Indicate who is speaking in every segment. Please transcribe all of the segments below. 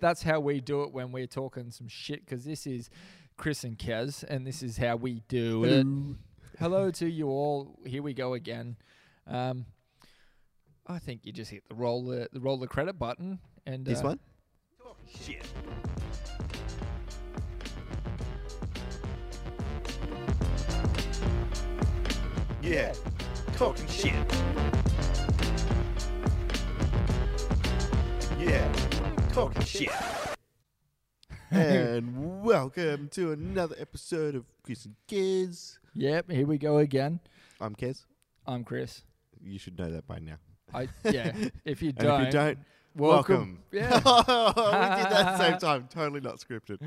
Speaker 1: that's how we do it when we're talking some shit. Because this is Chris and Kez, and this is how we do it. Hello to you all. Here we go again. Um, I think you just hit the roll the, the roll the credit button and
Speaker 2: This
Speaker 1: uh,
Speaker 2: one?
Speaker 3: Shit. Yeah. Talking shit. Yeah. Talking shit.
Speaker 2: and welcome to another episode of Chris and Kids.
Speaker 1: Yep, here we go again.
Speaker 2: I'm Kez.
Speaker 1: I'm Chris.
Speaker 2: You should know that by now.
Speaker 1: I yeah. if you
Speaker 2: And
Speaker 1: don't,
Speaker 2: if you don't,
Speaker 1: welcome.
Speaker 2: welcome.
Speaker 1: Yeah.
Speaker 2: we did that at the same time. Totally not scripted.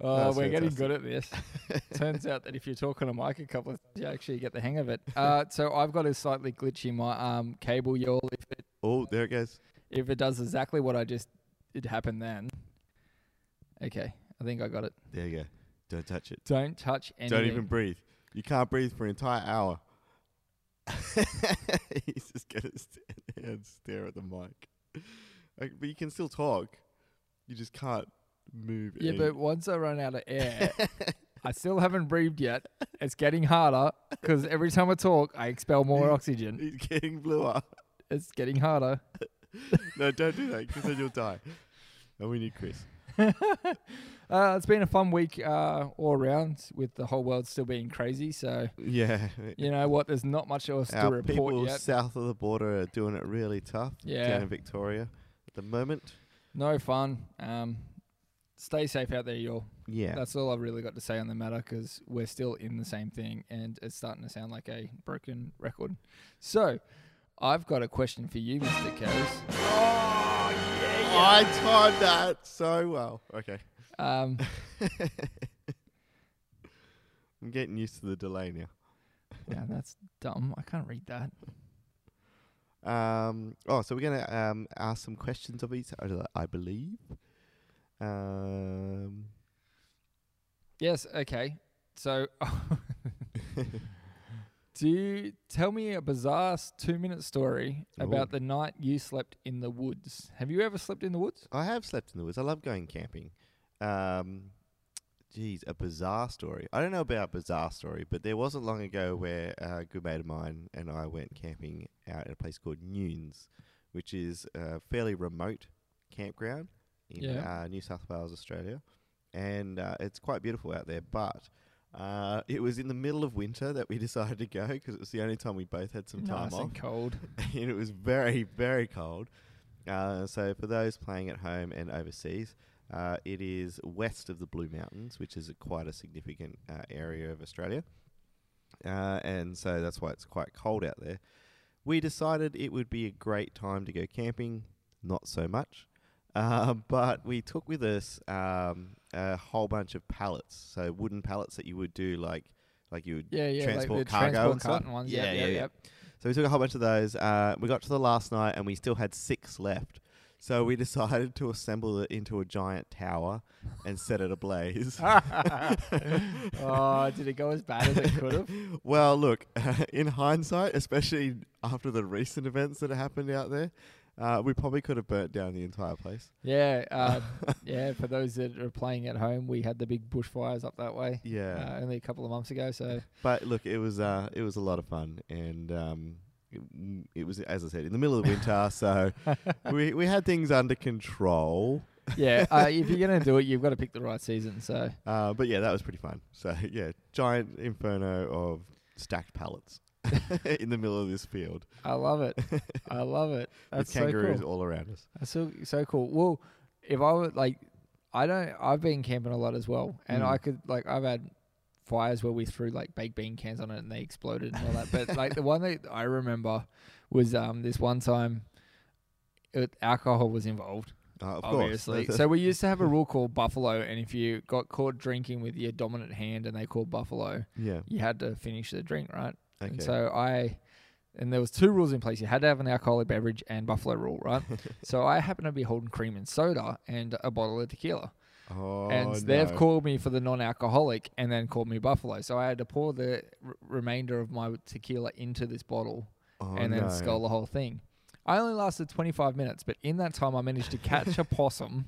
Speaker 1: Oh,
Speaker 2: That's
Speaker 1: we're getting
Speaker 2: fantastic.
Speaker 1: good at this. Turns out that if you're talking to Mike a couple of times, you actually get the hang of it. Uh, so I've got a slightly glitchy my um, cable, y'all. If it,
Speaker 2: Oh, there it goes.
Speaker 1: if it does exactly what I just it happened then. Okay, I think I got it.
Speaker 2: There you go. Don't touch it.
Speaker 1: Don't touch anything.
Speaker 2: Don't even breathe. You can't breathe for an entire hour. He's just gonna stand there and stare at the mic. Like, but you can still talk. You just can't move.
Speaker 1: Yeah,
Speaker 2: any-
Speaker 1: but once I run out of air, I still haven't breathed yet. It's getting harder because every time I talk, I expel more oxygen.
Speaker 2: he's getting bluer.
Speaker 1: It's getting harder.
Speaker 2: no, don't do that because then you'll die. And we need Chris.
Speaker 1: Uh, it's been a fun week uh, all around with the whole world still being crazy. So,
Speaker 2: Yeah.
Speaker 1: you know what? There's not much else to
Speaker 2: Our
Speaker 1: report
Speaker 2: people
Speaker 1: yet.
Speaker 2: south of the border are doing it really tough
Speaker 1: Yeah.
Speaker 2: down in Victoria at the moment.
Speaker 1: No fun. Um, stay safe out there, y'all.
Speaker 2: Yeah.
Speaker 1: That's all I've really got to say on the matter because we're still in the same thing and it's starting to sound like a broken record. So, I've got a question for you, Mr. Kaz.
Speaker 2: I timed that so well. Okay.
Speaker 1: Um,
Speaker 2: I'm getting used to the delay now.
Speaker 1: yeah, that's dumb. I can't read that.
Speaker 2: Um, oh, so we're gonna um, ask some questions of each other, I believe. Um,
Speaker 1: Yes, okay. So, do you tell me a bizarre s- two minute story about
Speaker 2: Ooh.
Speaker 1: the night you slept in the woods? Have you ever slept in the woods?
Speaker 2: I have slept in the woods. I love going camping. Um, geez, a bizarre story. I don't know about bizarre story, but there wasn't long ago where uh, a good mate of mine and I went camping out at a place called Nunes, which is a fairly remote campground in
Speaker 1: Yeah.
Speaker 2: uh, New South Wales, Australia, and uh, it's quite beautiful out there. But uh, it was in the middle of winter that we decided to go because it was the only time we both had some time
Speaker 1: nice
Speaker 2: off
Speaker 1: and cold.
Speaker 2: and it was very, very cold. Uh, so, for those playing at home and overseas, uh, it is west of the Blue Mountains, which is a quite a significant uh, area of Australia. Uh, and so that's why it's quite cold out there. We decided it would be a great time to go camping, not so much. Uh, but we took with us um, a whole bunch of pallets, so wooden pallets that you would do like like you would
Speaker 1: Yeah, yeah,
Speaker 2: transport
Speaker 1: like the
Speaker 2: cargo
Speaker 1: transport
Speaker 2: and stuff.
Speaker 1: carton ones. Yeah, yeah, yeah.
Speaker 2: So we took a whole bunch of those. Uh, we got to the last night and we still had six left. So we decided to assemble it into a giant tower and set it ablaze.
Speaker 1: oh, did it go as bad as it could have?
Speaker 2: well, look, in hindsight, especially after the recent events that happened out there, uh, we probably could have burnt down the entire place.
Speaker 1: Yeah, uh, yeah. For those that are playing at home, we had the big bushfires up that way
Speaker 2: Yeah.
Speaker 1: uh, only a couple of months ago. So
Speaker 2: But look, it was uh, it was a lot of fun, and um, it, it was as I said in the middle of winter, so we we had things under control.
Speaker 1: yeah, uh, if you're gonna do it, you've got to pick the right season. So
Speaker 2: Uh, but yeah, that was pretty fun. So yeah, giant inferno of stacked pallets in the middle of this field
Speaker 1: I love it. I love it. That's
Speaker 2: with kangaroos
Speaker 1: so cool.
Speaker 2: all around us.
Speaker 1: That's so so cool. Well, if I would like, I don't. I've been camping a lot as well, and
Speaker 2: Mm.
Speaker 1: I could like I've had fires where we threw like baked bean cans on it and they exploded and all that. But like the one that I remember was um this one time, it, alcohol was involved.
Speaker 2: Uh, of
Speaker 1: obviously.
Speaker 2: course,
Speaker 1: so we used to have a rule called Buffalo, and if you got caught drinking with your dominant hand and they called Buffalo,
Speaker 2: yeah,
Speaker 1: you had to finish the drink, right?
Speaker 2: okay,
Speaker 1: And so I, and there was two rules in place. You had to have an alcoholic beverage and Buffalo rule, right? so I happened to be holding cream and soda and a bottle of tequila,
Speaker 2: oh,
Speaker 1: and they've
Speaker 2: no.
Speaker 1: called me for the non-alcoholic and then called me Buffalo. So I had to pour the r- remainder of my tequila into this bottle
Speaker 2: Oh,
Speaker 1: and then
Speaker 2: no.
Speaker 1: skull the whole thing. I only lasted 25 minutes, but in that time I managed to catch a possum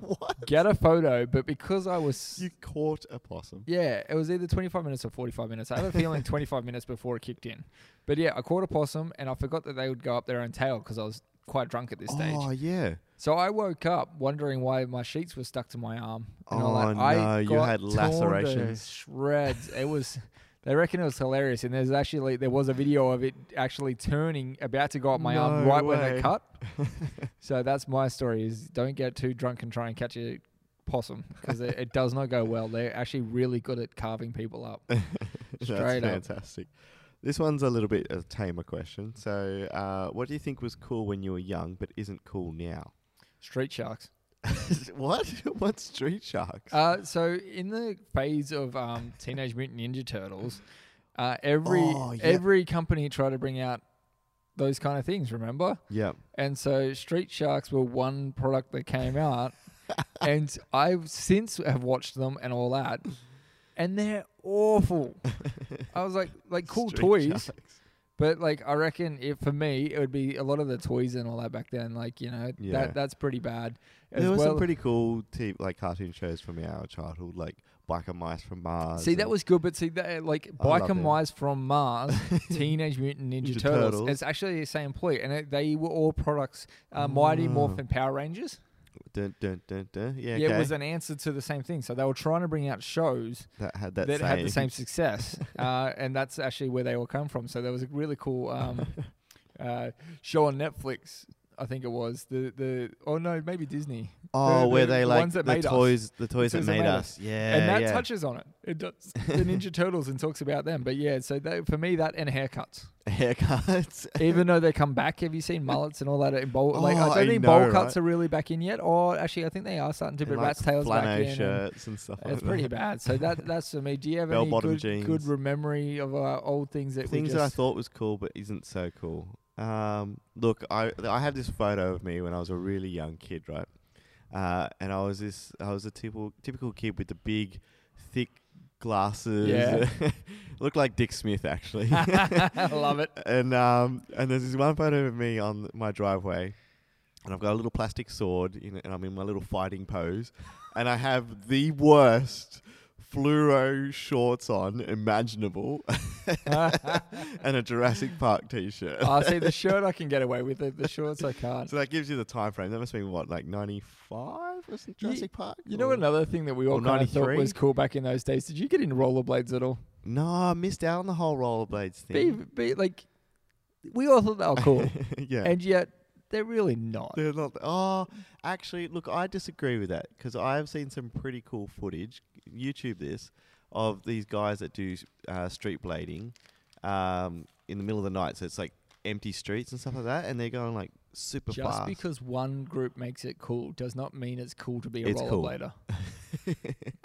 Speaker 2: what?
Speaker 1: Get a photo, but because I was
Speaker 2: You caught a possum.
Speaker 1: Yeah, it was either 25 minutes or 45 minutes. I have a feeling 25 minutes before it kicked in. But yeah, I caught a possum and I forgot that they would go up their own tail because I was quite drunk at this
Speaker 2: Oh
Speaker 1: stage.
Speaker 2: yeah.
Speaker 1: So I woke up wondering why my sheets were stuck to my arm. And I'm
Speaker 2: Oh,
Speaker 1: like,
Speaker 2: no,
Speaker 1: I
Speaker 2: you
Speaker 1: got
Speaker 2: had
Speaker 1: torn to
Speaker 2: lacerations.
Speaker 1: Shreds. It was. They reckon it was hilarious, and there's actually there was a video of it actually turning, about to go up my arm
Speaker 2: No
Speaker 1: right when
Speaker 2: way.
Speaker 1: they cut. so that's my story: is don't get too drunk and try and catch a possum because it, it does not go well. They're actually really good at carving people up.
Speaker 2: That's
Speaker 1: Straight up.
Speaker 2: fantastic. This one's a little bit a tamer question. So, uh, what do you think was cool when you were young but isn't cool now?
Speaker 1: Street sharks.
Speaker 2: what? what street sharks?
Speaker 1: Uh, so in the phase of um, Teenage Mutant Ninja Turtles, uh, every
Speaker 2: Oh, yeah.
Speaker 1: every company tried to bring out those kind of things. Remember?
Speaker 2: yeah.
Speaker 1: And so Street Sharks were one product that came out, and I've since have watched them and all that, and they're awful. I was like, like cool
Speaker 2: Street
Speaker 1: toys,
Speaker 2: sharks.
Speaker 1: but like I reckon if for me it would be a lot of the toys and all that back then. Like you know
Speaker 2: Yeah.
Speaker 1: that that's pretty bad. As
Speaker 2: There were
Speaker 1: well,
Speaker 2: some pretty cool t- like cartoon shows from our childhood, like Biker Mice from Mars.
Speaker 1: See, that
Speaker 2: and-
Speaker 1: was good, but see that like
Speaker 2: I love
Speaker 1: Biker
Speaker 2: it.
Speaker 1: Mice from Mars, Teenage Mutant Ninja,
Speaker 2: Ninja
Speaker 1: Turtles.
Speaker 2: Turtles.
Speaker 1: It's actually the same employee, and it, they were all products. Uh, Mighty
Speaker 2: Ah.
Speaker 1: Morphin Power Rangers.
Speaker 2: Dun, dun, dun, dun. Yeah,
Speaker 1: Yeah,
Speaker 2: okay.
Speaker 1: it was uh, an answer to the same thing. So they were trying to bring out shows
Speaker 2: that had that,
Speaker 1: that had the same success, uh, and that's actually where they all come from. So there was a really cool um, uh, show on Netflix. I think it was the the oh no maybe Disney
Speaker 2: Oh,
Speaker 1: the-
Speaker 2: where
Speaker 1: the
Speaker 2: they like
Speaker 1: ones that
Speaker 2: the
Speaker 1: made us.
Speaker 2: toys, the toys that
Speaker 1: Toys that
Speaker 2: made
Speaker 1: made
Speaker 2: us. Yeah,
Speaker 1: and that
Speaker 2: yeah.
Speaker 1: touches on it it does the Ninja Turtles and talks about them but yeah so that, for me that and haircuts
Speaker 2: haircuts.
Speaker 1: even though they come back. Have you seen mullets and all that? in bowl, like
Speaker 2: Oh,
Speaker 1: I don't
Speaker 2: I
Speaker 1: think
Speaker 2: know,
Speaker 1: bowl
Speaker 2: right?
Speaker 1: cuts are really back in yet. Or actually, I think they are starting to.
Speaker 2: And,
Speaker 1: But
Speaker 2: like,
Speaker 1: rat's tails back
Speaker 2: flannel
Speaker 1: in. and
Speaker 2: shirts and stuff.
Speaker 1: It's
Speaker 2: like
Speaker 1: pretty
Speaker 2: that.
Speaker 1: bad. So that that's for me. Do you have any
Speaker 2: Bell-bottom
Speaker 1: good, good
Speaker 2: jeans.
Speaker 1: re- memory of uh, old things that
Speaker 2: Things
Speaker 1: we
Speaker 2: that I
Speaker 1: just,
Speaker 2: thought was cool but isn't so cool. Um, look, I I have this photo of me when I was a really young kid, right? Uh, and I was this I was a typical typical kid with the big, thick glasses.
Speaker 1: Yeah.
Speaker 2: looked like Dick Smith actually.
Speaker 1: love it?
Speaker 2: and um, and there's this one photo of me on my driveway, and I've got a little plastic sword, in, and I'm in my little fighting pose, and I have the worst fluoro shorts on imaginable, and a Jurassic Park t-shirt.
Speaker 1: I Oh, see the shirt I can get away with. The, the shorts I can't.
Speaker 2: so that gives you the time frame. That must be what, like '95 or
Speaker 1: Ye-
Speaker 2: something? Jurassic Park?
Speaker 1: You know
Speaker 2: Or-
Speaker 1: another thing that we all
Speaker 2: Or
Speaker 1: kind of thought
Speaker 2: 93?
Speaker 1: was cool back in those days. Did you get into rollerblades at all?
Speaker 2: No, I missed out on the whole rollerblades
Speaker 1: Be,
Speaker 2: thing.
Speaker 1: be like, we all thought they were cool,
Speaker 2: yeah.
Speaker 1: and yet they're really not.
Speaker 2: They're not. Oh, actually, look, I disagree with that because I've seen some pretty cool footage. YouTube this of these guys that do uh, street blading um, in the middle of the night. So it's like empty streets and stuff like that, and they're going like super
Speaker 1: Just
Speaker 2: fast.
Speaker 1: because one group makes it cool does not mean it's cool to be a
Speaker 2: It's cool.
Speaker 1: rollerblader.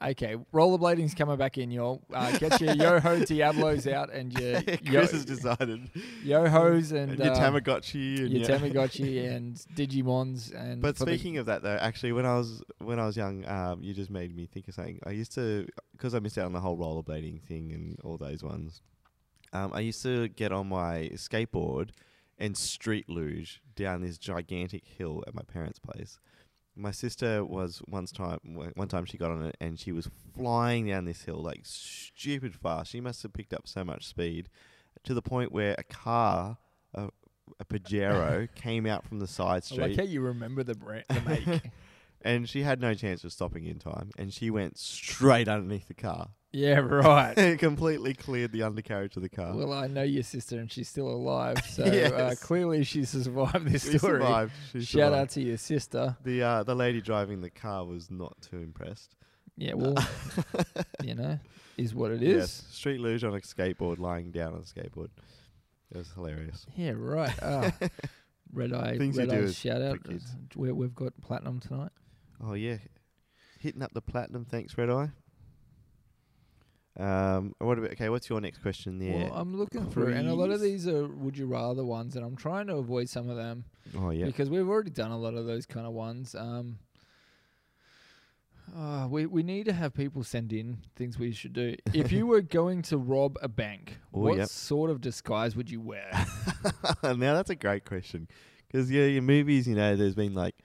Speaker 1: okay, rollerblading's coming back in, y'all. Uh, get your Yoho Diablos out and your
Speaker 2: Chris
Speaker 1: yo-
Speaker 2: has decided.
Speaker 1: Yohos and,
Speaker 2: And your
Speaker 1: uh,
Speaker 2: Tamagotchi. And
Speaker 1: your Tamagotchi and Digimons and.
Speaker 2: But
Speaker 1: for the-
Speaker 2: speaking of that, though, actually, when I was when I was young, um, you just made me think of something. I used to because I missed out on the whole rollerblading thing and all those ones. Um, I used to get on my skateboard and street luge down this gigantic hill at my parents' place. My sister was once time one time she got on it and she was flying down this hill like stupid fast. She must have picked up so much speed to the point where a car, a, a Pajero, came out from the side
Speaker 1: I
Speaker 2: street
Speaker 1: like how you remember the brand, the make.
Speaker 2: and she had no chance of stopping in time, and she went straight underneath the car
Speaker 1: yeah, right.
Speaker 2: and completely cleared the undercarriage of the car.
Speaker 1: Well, I know your sister, and she's still alive. So uh,
Speaker 2: Yes.
Speaker 1: clearly, she survived this
Speaker 2: She
Speaker 1: story.
Speaker 2: survived. She
Speaker 1: Shout
Speaker 2: survived.
Speaker 1: out to your sister.
Speaker 2: The uh, the lady driving the car was not too impressed.
Speaker 1: Yeah, well, you know, is what it is.
Speaker 2: Yes, street luge on a skateboard, lying down on a skateboard. It was hilarious.
Speaker 1: Yeah, right. Ah, red eye,
Speaker 2: Things you
Speaker 1: red
Speaker 2: do
Speaker 1: eye
Speaker 2: as-
Speaker 1: shout
Speaker 2: for
Speaker 1: out.
Speaker 2: kids.
Speaker 1: We, we've got platinum tonight.
Speaker 2: Oh yeah, hitting up the platinum. Thanks, Red Eye. Um, what about, okay, what's your next question there?
Speaker 1: Well, I'm looking through, and a lot of
Speaker 2: Please.
Speaker 1: these are would you rather ones, and I'm trying to avoid some of them
Speaker 2: oh yeah,
Speaker 1: because we've already done a lot of those kind of ones. Um, ah, we we need to have people send in things we should do. If you were going to rob a bank,
Speaker 2: Oh,
Speaker 1: what
Speaker 2: yep. Ah,
Speaker 1: sort of disguise would you wear?
Speaker 2: now that's a great question because yeah, your movies, you know, there's been like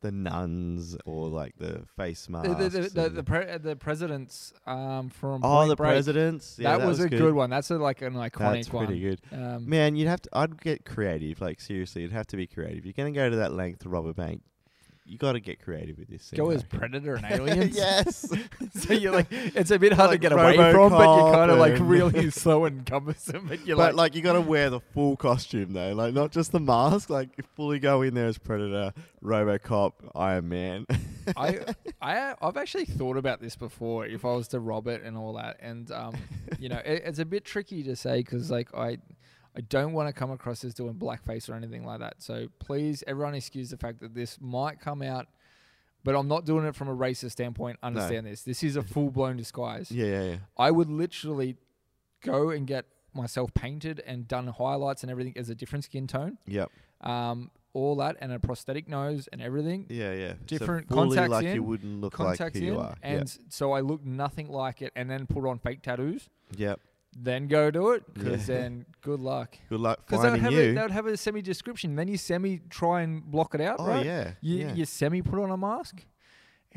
Speaker 2: the nuns or like the face masks.
Speaker 1: The, the, the, the,
Speaker 2: and-
Speaker 1: the, pre- the president's um, from
Speaker 2: oh,
Speaker 1: Point
Speaker 2: the
Speaker 1: Break.
Speaker 2: presidents. Yeah,
Speaker 1: that, was, a good.
Speaker 2: good
Speaker 1: one. That's a, like an iconic
Speaker 2: That's
Speaker 1: one.
Speaker 2: pretty good.
Speaker 1: Um,
Speaker 2: Man, you'd have to. I'd get creative. Like seriously, you'd have to be creative. You're gonna go to that length to rob a bank. You got to get creative with this. Thing,
Speaker 1: go
Speaker 2: I
Speaker 1: as
Speaker 2: reckon.
Speaker 1: Predator and Aliens.
Speaker 2: yes.
Speaker 1: So you're like, it's a bit hard
Speaker 2: Like
Speaker 1: to get away from, but you're
Speaker 2: Robocop
Speaker 1: kind of like
Speaker 2: and-
Speaker 1: really slow and cumbersome. And you're like,
Speaker 2: but like, you got to wear the full costume though, like not just the mask. Like you fully go in there as Predator, RoboCop, Iron Man.
Speaker 1: I, I, I've actually thought about this before. If I was to rob it and all that, and um, you know, it, it's a bit tricky to say because like I, I don't want to come across as doing blackface or anything like that. So please, everyone, excuse the fact that this might come out, but I'm not doing it from a racist standpoint. Understand this? This is a full blown disguise.
Speaker 2: yeah, yeah, yeah.
Speaker 1: I would literally go and get myself painted and done highlights and everything as a different skin tone,
Speaker 2: Yep.
Speaker 1: um, all that, and a prosthetic nose and everything.
Speaker 2: Yeah, yeah. So
Speaker 1: Different
Speaker 2: fully
Speaker 1: contacts
Speaker 2: like you
Speaker 1: in,
Speaker 2: wouldn't look like
Speaker 1: Contacts
Speaker 2: who you
Speaker 1: in,
Speaker 2: are.
Speaker 1: and s- so I look nothing like it, and then put on fake tattoos,
Speaker 2: yep. yep.
Speaker 1: then go do it, because
Speaker 2: Yeah.
Speaker 1: then good luck.
Speaker 2: Good luck
Speaker 1: Because they would
Speaker 2: finding
Speaker 1: have
Speaker 2: you.
Speaker 1: a, they would have a semi description, then you semi try and block it out,
Speaker 2: oh
Speaker 1: right?
Speaker 2: yeah.
Speaker 1: You,
Speaker 2: yeah.
Speaker 1: you semi put on a mask,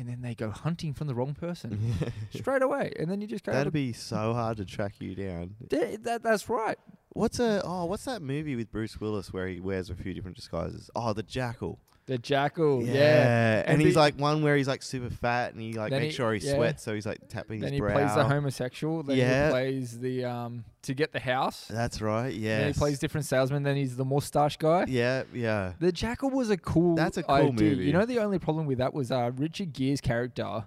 Speaker 1: and then they go hunting from the wrong person straight away, and then you just go.
Speaker 2: That'd
Speaker 1: to-
Speaker 2: be so hard to track you down.
Speaker 1: Yeah, that, that's right.
Speaker 2: What's a oh? What's that movie with Bruce Willis where he wears a few different disguises? Oh, the Jackal.
Speaker 1: The jackal, yeah.
Speaker 2: and, he's
Speaker 1: be-
Speaker 2: like one where he's like super fat and he like
Speaker 1: Then
Speaker 2: makes
Speaker 1: he-
Speaker 2: sure he
Speaker 1: yeah.
Speaker 2: sweats, so he's like tapping
Speaker 1: Then
Speaker 2: his
Speaker 1: he
Speaker 2: brow.
Speaker 1: plays the homosexual. Then
Speaker 2: Yeah.
Speaker 1: he plays the um to get the house.
Speaker 2: That's right. Yeah.
Speaker 1: Then he plays different salesmen. Then he's the mustache guy.
Speaker 2: Yeah, yeah.
Speaker 1: The Jackal was a cool.
Speaker 2: That's a cool
Speaker 1: idea.
Speaker 2: movie.
Speaker 1: You know, the only problem with that was uh, Richard Gere's character.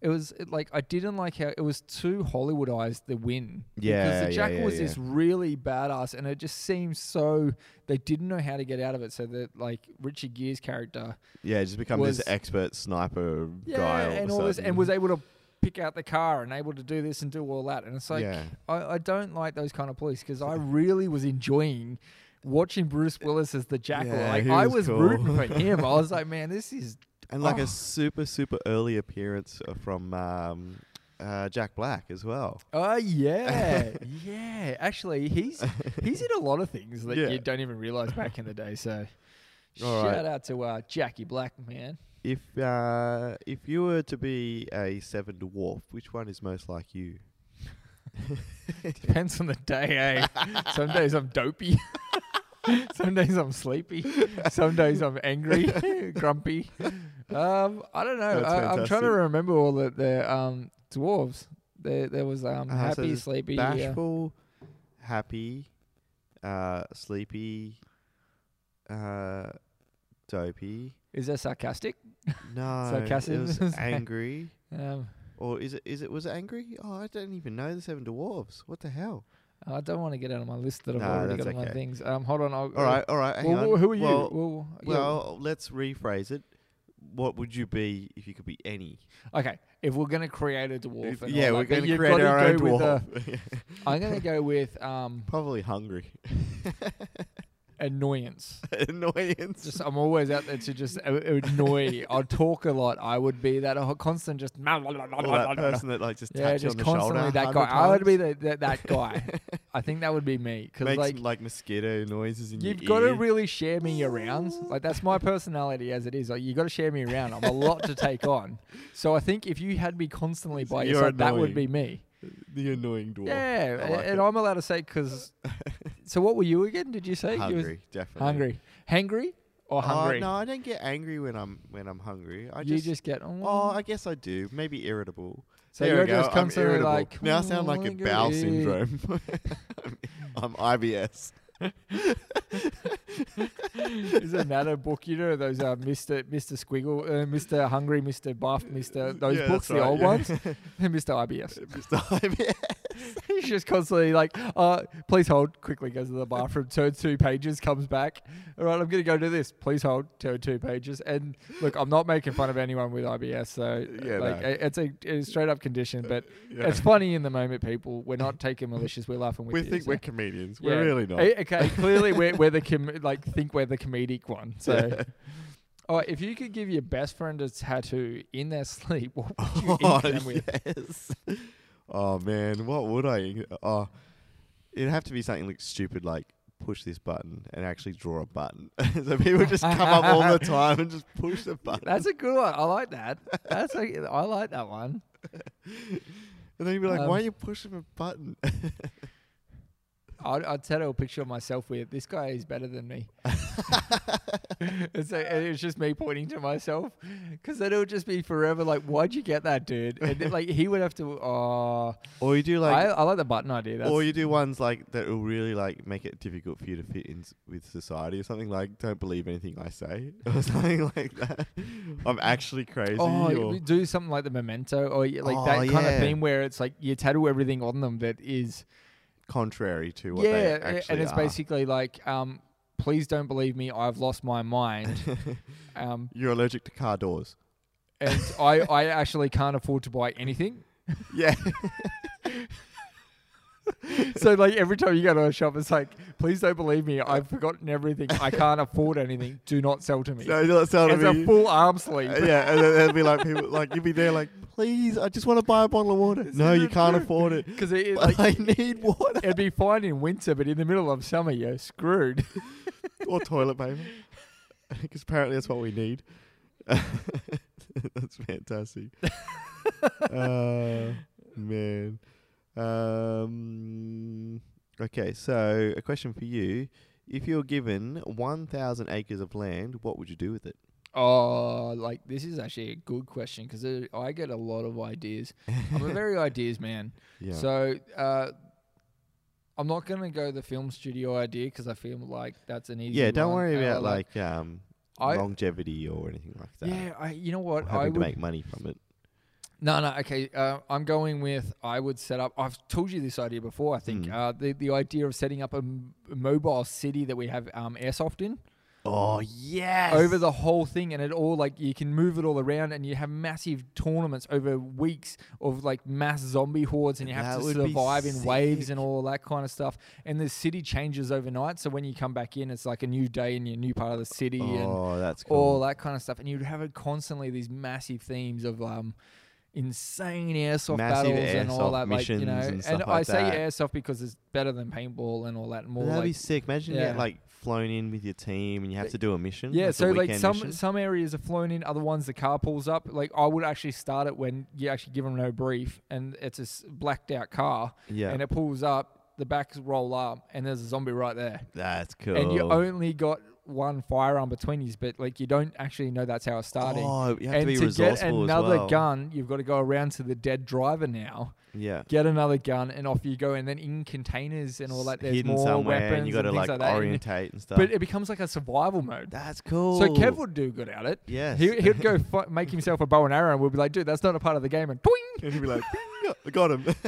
Speaker 1: It was it, like I didn't like how it was too Hollywoodized. The win,
Speaker 2: Yeah,
Speaker 1: because
Speaker 2: yeah,
Speaker 1: the Jackal
Speaker 2: yeah,
Speaker 1: was this really badass, and it just seems so they didn't know how to get out of it. So that like Richard Gere's character,
Speaker 2: Yeah, just become
Speaker 1: was-
Speaker 2: this expert sniper
Speaker 1: yeah,
Speaker 2: guy.
Speaker 1: and
Speaker 2: all,
Speaker 1: all
Speaker 2: of a
Speaker 1: this, and
Speaker 2: sudden.
Speaker 1: was able to pick out the car and able to do this and do all that. And it's like
Speaker 2: Yeah.
Speaker 1: I, I don't like those kind of police because I really was enjoying watching Bruce Willis as the Jackal.
Speaker 2: Eh, Yeah,
Speaker 1: like
Speaker 2: he
Speaker 1: I was
Speaker 2: was
Speaker 1: rooting
Speaker 2: cool.
Speaker 1: for him. I was like, man, this is
Speaker 2: And like
Speaker 1: Oh.
Speaker 2: a super, super early appearance uh, from um, uh, Jack Black as well.
Speaker 1: oh yeah, yeah. Actually, he's he's in a lot of things that
Speaker 2: Yeah.
Speaker 1: you don't even realize back in the day. So.
Speaker 2: All
Speaker 1: Shout
Speaker 2: right.
Speaker 1: out to uh, Jackie Black, man.
Speaker 2: If uh, if you were to be a seven dwarf, which one is most like you?
Speaker 1: Depends on the day, eh? Some days I'm dopey. Some days I'm sleepy. Some days I'm angry, grumpy. Um, I don't know.
Speaker 2: That's
Speaker 1: I, I'm trying
Speaker 2: fantastic.
Speaker 1: to remember all the, the um, dwarves. There, there was um,
Speaker 2: Uh, so
Speaker 1: happy,
Speaker 2: there's
Speaker 1: sleepy. uh,
Speaker 2: Bashful, happy, uh, sleepy, uh, dopey.
Speaker 1: is there sarcastic?
Speaker 2: No,
Speaker 1: Sarcasm.
Speaker 2: it was angry.
Speaker 1: Um,
Speaker 2: Or is it? Is it? Was it angry? Oh, I don't even know the seven dwarves. What the hell?
Speaker 1: I don't want to get out of my list that I've
Speaker 2: No,
Speaker 1: already got
Speaker 2: that's
Speaker 1: on my
Speaker 2: okay.
Speaker 1: things. Um, hold on. I'll, uh,
Speaker 2: All right, all right. Hang
Speaker 1: Well,
Speaker 2: on.
Speaker 1: wh- who are you?
Speaker 2: Well,
Speaker 1: well, yeah.
Speaker 2: well, let's rephrase it. What would you be if you could be any?
Speaker 1: okay. If we're gonna create a dwarf,
Speaker 2: If-
Speaker 1: and
Speaker 2: yeah,
Speaker 1: all
Speaker 2: we're
Speaker 1: that, but
Speaker 2: going to
Speaker 1: you've
Speaker 2: create
Speaker 1: gotta
Speaker 2: our own
Speaker 1: go with uh, a-
Speaker 2: dwarf.
Speaker 1: I'm gonna go with um,
Speaker 2: Probably hungry.
Speaker 1: annoyance.
Speaker 2: Annoyance.
Speaker 1: Just I'm always out there to just a- annoy. I'll talk a lot. I would be that a constant just
Speaker 2: Or that person that like just
Speaker 1: yeah,
Speaker 2: taps you
Speaker 1: just
Speaker 2: on the
Speaker 1: constantly
Speaker 2: shoulder.
Speaker 1: that
Speaker 2: 100
Speaker 1: guy. I would
Speaker 2: times.
Speaker 1: be the, that that guy. I think that would be me because
Speaker 2: Makes
Speaker 1: like
Speaker 2: like, mosquito noises in your
Speaker 1: you've got to
Speaker 2: ear.
Speaker 1: really share me around. Like that's my personality as it is. Like you got to share me around. I'm a lot to take on. So I think if you had me constantly by
Speaker 2: You're
Speaker 1: yourself, that would
Speaker 2: annoying.
Speaker 1: be me.
Speaker 2: the annoying dwarf.
Speaker 1: yeah,
Speaker 2: I like
Speaker 1: and
Speaker 2: it.
Speaker 1: I'm allowed to say because. so what were you again? Did you say You was
Speaker 2: hungry, definitely
Speaker 1: hungry, hangry, or
Speaker 2: Oh,
Speaker 1: hungry?
Speaker 2: no, I don't get angry when I'm when I'm hungry. I
Speaker 1: you
Speaker 2: just,
Speaker 1: just, get oh,
Speaker 2: oh, I guess I do. Maybe irritable.
Speaker 1: So
Speaker 2: There
Speaker 1: you're
Speaker 2: we go,
Speaker 1: just
Speaker 2: I'm
Speaker 1: constantly
Speaker 2: irritable.
Speaker 1: like,
Speaker 2: now I sound like
Speaker 1: "Oh,
Speaker 2: a
Speaker 1: I got
Speaker 2: bowel
Speaker 1: it."
Speaker 2: syndrome. I'm IBS.
Speaker 1: Is it matter book? You know those uh, Mister Mister Squiggle, uh, Mister Hungry, Mister Buff, Mister those
Speaker 2: Yeah,
Speaker 1: books,
Speaker 2: that's
Speaker 1: the
Speaker 2: right,
Speaker 1: old
Speaker 2: yeah.
Speaker 1: ones, and Mister IBS.
Speaker 2: Mr. IBS.
Speaker 1: He's just constantly like, uh, please hold. Quickly goes to the bathroom, turns two pages, comes back. All right, I'm gonna go do this. Please hold. Turn two pages. And look, I'm not making fun of anyone with IBS, so
Speaker 2: Yeah,
Speaker 1: like
Speaker 2: no. Uh,
Speaker 1: it- it's a it's straight up condition, but
Speaker 2: Yeah.
Speaker 1: it's funny in the moment. People, we're not taking malicious. We're laughing with
Speaker 2: We
Speaker 1: you,
Speaker 2: think
Speaker 1: so.
Speaker 2: we're comedians. We're
Speaker 1: Yeah.
Speaker 2: really not.
Speaker 1: Eh, Okay, clearly we're, we're the com- like think we're the comedic one. So, all right, if you could give your best friend a tattoo in their sleep, what would you
Speaker 2: oh,
Speaker 1: ink them with?
Speaker 2: yes. oh man, what would I? ink- Oh, it'd have to be something like stupid, like push this button and actually draw a button. so people just come up all the time and just push the button.
Speaker 1: That's a good one. I like that. That's a, I like that one.
Speaker 2: and then you'd be like, why
Speaker 1: um,
Speaker 2: are you pushing a button?
Speaker 1: I'd, I'd tattoo a picture of myself with this guy is better than me. it's like, and it was just me pointing to myself because then it would just be forever like, why'd you get that, dude? And then, like he would have to. Oh,
Speaker 2: or you do like
Speaker 1: I, I like the button idea. That's,
Speaker 2: or you do ones like that will really like make it difficult for you to fit in s- with society or something like don't believe anything I say or something like that. I'm actually crazy.
Speaker 1: oh,
Speaker 2: or-
Speaker 1: you do something like the memento or y- like
Speaker 2: Oh,
Speaker 1: that kind
Speaker 2: yeah.
Speaker 1: of theme where it's like you tattoo everything on them that is
Speaker 2: contrary to what
Speaker 1: yeah,
Speaker 2: they
Speaker 1: a-
Speaker 2: actually
Speaker 1: and it's
Speaker 2: are.
Speaker 1: basically like um, please don't believe me, I've lost my mind. um,
Speaker 2: You're allergic to car doors.
Speaker 1: and I, I actually can't afford to buy anything.
Speaker 2: Yeah.
Speaker 1: So like every time you go to a shop, it's like, please don't believe me. I've forgotten everything. I can't afford anything. Do not sell to me.
Speaker 2: no, you're not selling
Speaker 1: it's a
Speaker 2: me.
Speaker 1: full arm sleeve.
Speaker 2: Uh, yeah, and then there'd be like people like you'd be there like, please, I just want to buy a bottle of water. no, you can't afford it.
Speaker 1: Because it, it,
Speaker 2: But
Speaker 1: like,
Speaker 2: I need water
Speaker 1: it'd be fine in winter, but in the middle of summer, you're screwed.
Speaker 2: or toilet paper because apparently that's what we need. that's fantastic. uh, man. Um, okay, so a question for you: If you're given one thousand acres of land, what would you do with it?
Speaker 1: Oh, like this is actually a good question because I get a lot of ideas. I'm a very ideas man.
Speaker 2: Yeah.
Speaker 1: So uh, I'm not gonna go the film studio idea because I feel like that's an easy.
Speaker 2: yeah, don't
Speaker 1: one, Uh,
Speaker 2: worry
Speaker 1: and I
Speaker 2: about like um,
Speaker 1: I-
Speaker 2: longevity or anything like that.
Speaker 1: yeah, I, you know what?
Speaker 2: Or
Speaker 1: I
Speaker 2: having to
Speaker 1: would
Speaker 2: make money from it.
Speaker 1: No, no, okay. Uh, I'm going with I would set up. I've told you this idea before. I think
Speaker 2: Mm.
Speaker 1: uh, the the idea of setting up a, m- a mobile city that we have um, airsoft in
Speaker 2: Oh yes.
Speaker 1: over the whole thing, and it all like you can move it all around, and you have massive tournaments over weeks of like mass zombie hordes, and you have
Speaker 2: That
Speaker 1: to
Speaker 2: would be
Speaker 1: survive in waves
Speaker 2: sick.
Speaker 1: and all that kind of stuff. And the city changes overnight, so when you come back in, it's like a new day in your new part of the city, and
Speaker 2: Oh, that's cool.
Speaker 1: all that kind of stuff. And you'd have it constantly these massive themes of um, insane airsoft
Speaker 2: Massive
Speaker 1: battles and all
Speaker 2: airsoft
Speaker 1: that, like you know.
Speaker 2: missions and
Speaker 1: And,
Speaker 2: stuff
Speaker 1: I
Speaker 2: like
Speaker 1: say
Speaker 2: that.
Speaker 1: airsoft because it's better than paintball and all that. More
Speaker 2: That'd be
Speaker 1: like
Speaker 2: sick. Imagine you get
Speaker 1: yeah.
Speaker 2: like flown in with your team and you have to do a mission.
Speaker 1: yeah.
Speaker 2: a
Speaker 1: So like
Speaker 2: Mm-hmm. weekend
Speaker 1: some
Speaker 2: mission.
Speaker 1: some areas are flown in, other ones the car pulls up. Like I would actually start it when you actually give them no brief, and it's a s- blacked out car,
Speaker 2: yeah,
Speaker 1: and it pulls up. The backs roll up, and there's a zombie right there.
Speaker 2: that's cool.
Speaker 1: And you only got one firearm between you, but like you don't actually know that's how it's starting.
Speaker 2: Oh, you have
Speaker 1: and
Speaker 2: to be
Speaker 1: to
Speaker 2: resourceful
Speaker 1: get another
Speaker 2: as well.
Speaker 1: gun, you've got to go around to the dead driver now.
Speaker 2: Yeah.
Speaker 1: Get another gun, and off you go. And then in containers and all that, there's
Speaker 2: Hidden
Speaker 1: more
Speaker 2: somewhere,
Speaker 1: weapons
Speaker 2: and you got to
Speaker 1: things
Speaker 2: like,
Speaker 1: like, that. and-
Speaker 2: orientate and stuff.
Speaker 1: but it becomes like a survival mode.
Speaker 2: that's cool.
Speaker 1: So Kev would do good at it.
Speaker 2: Yes.
Speaker 1: He, he'd go fi- make himself a bow and arrow, and we'd be like, "Dude, that's not a part of the game." And twing.
Speaker 2: and he'd be like, "Bing, got him.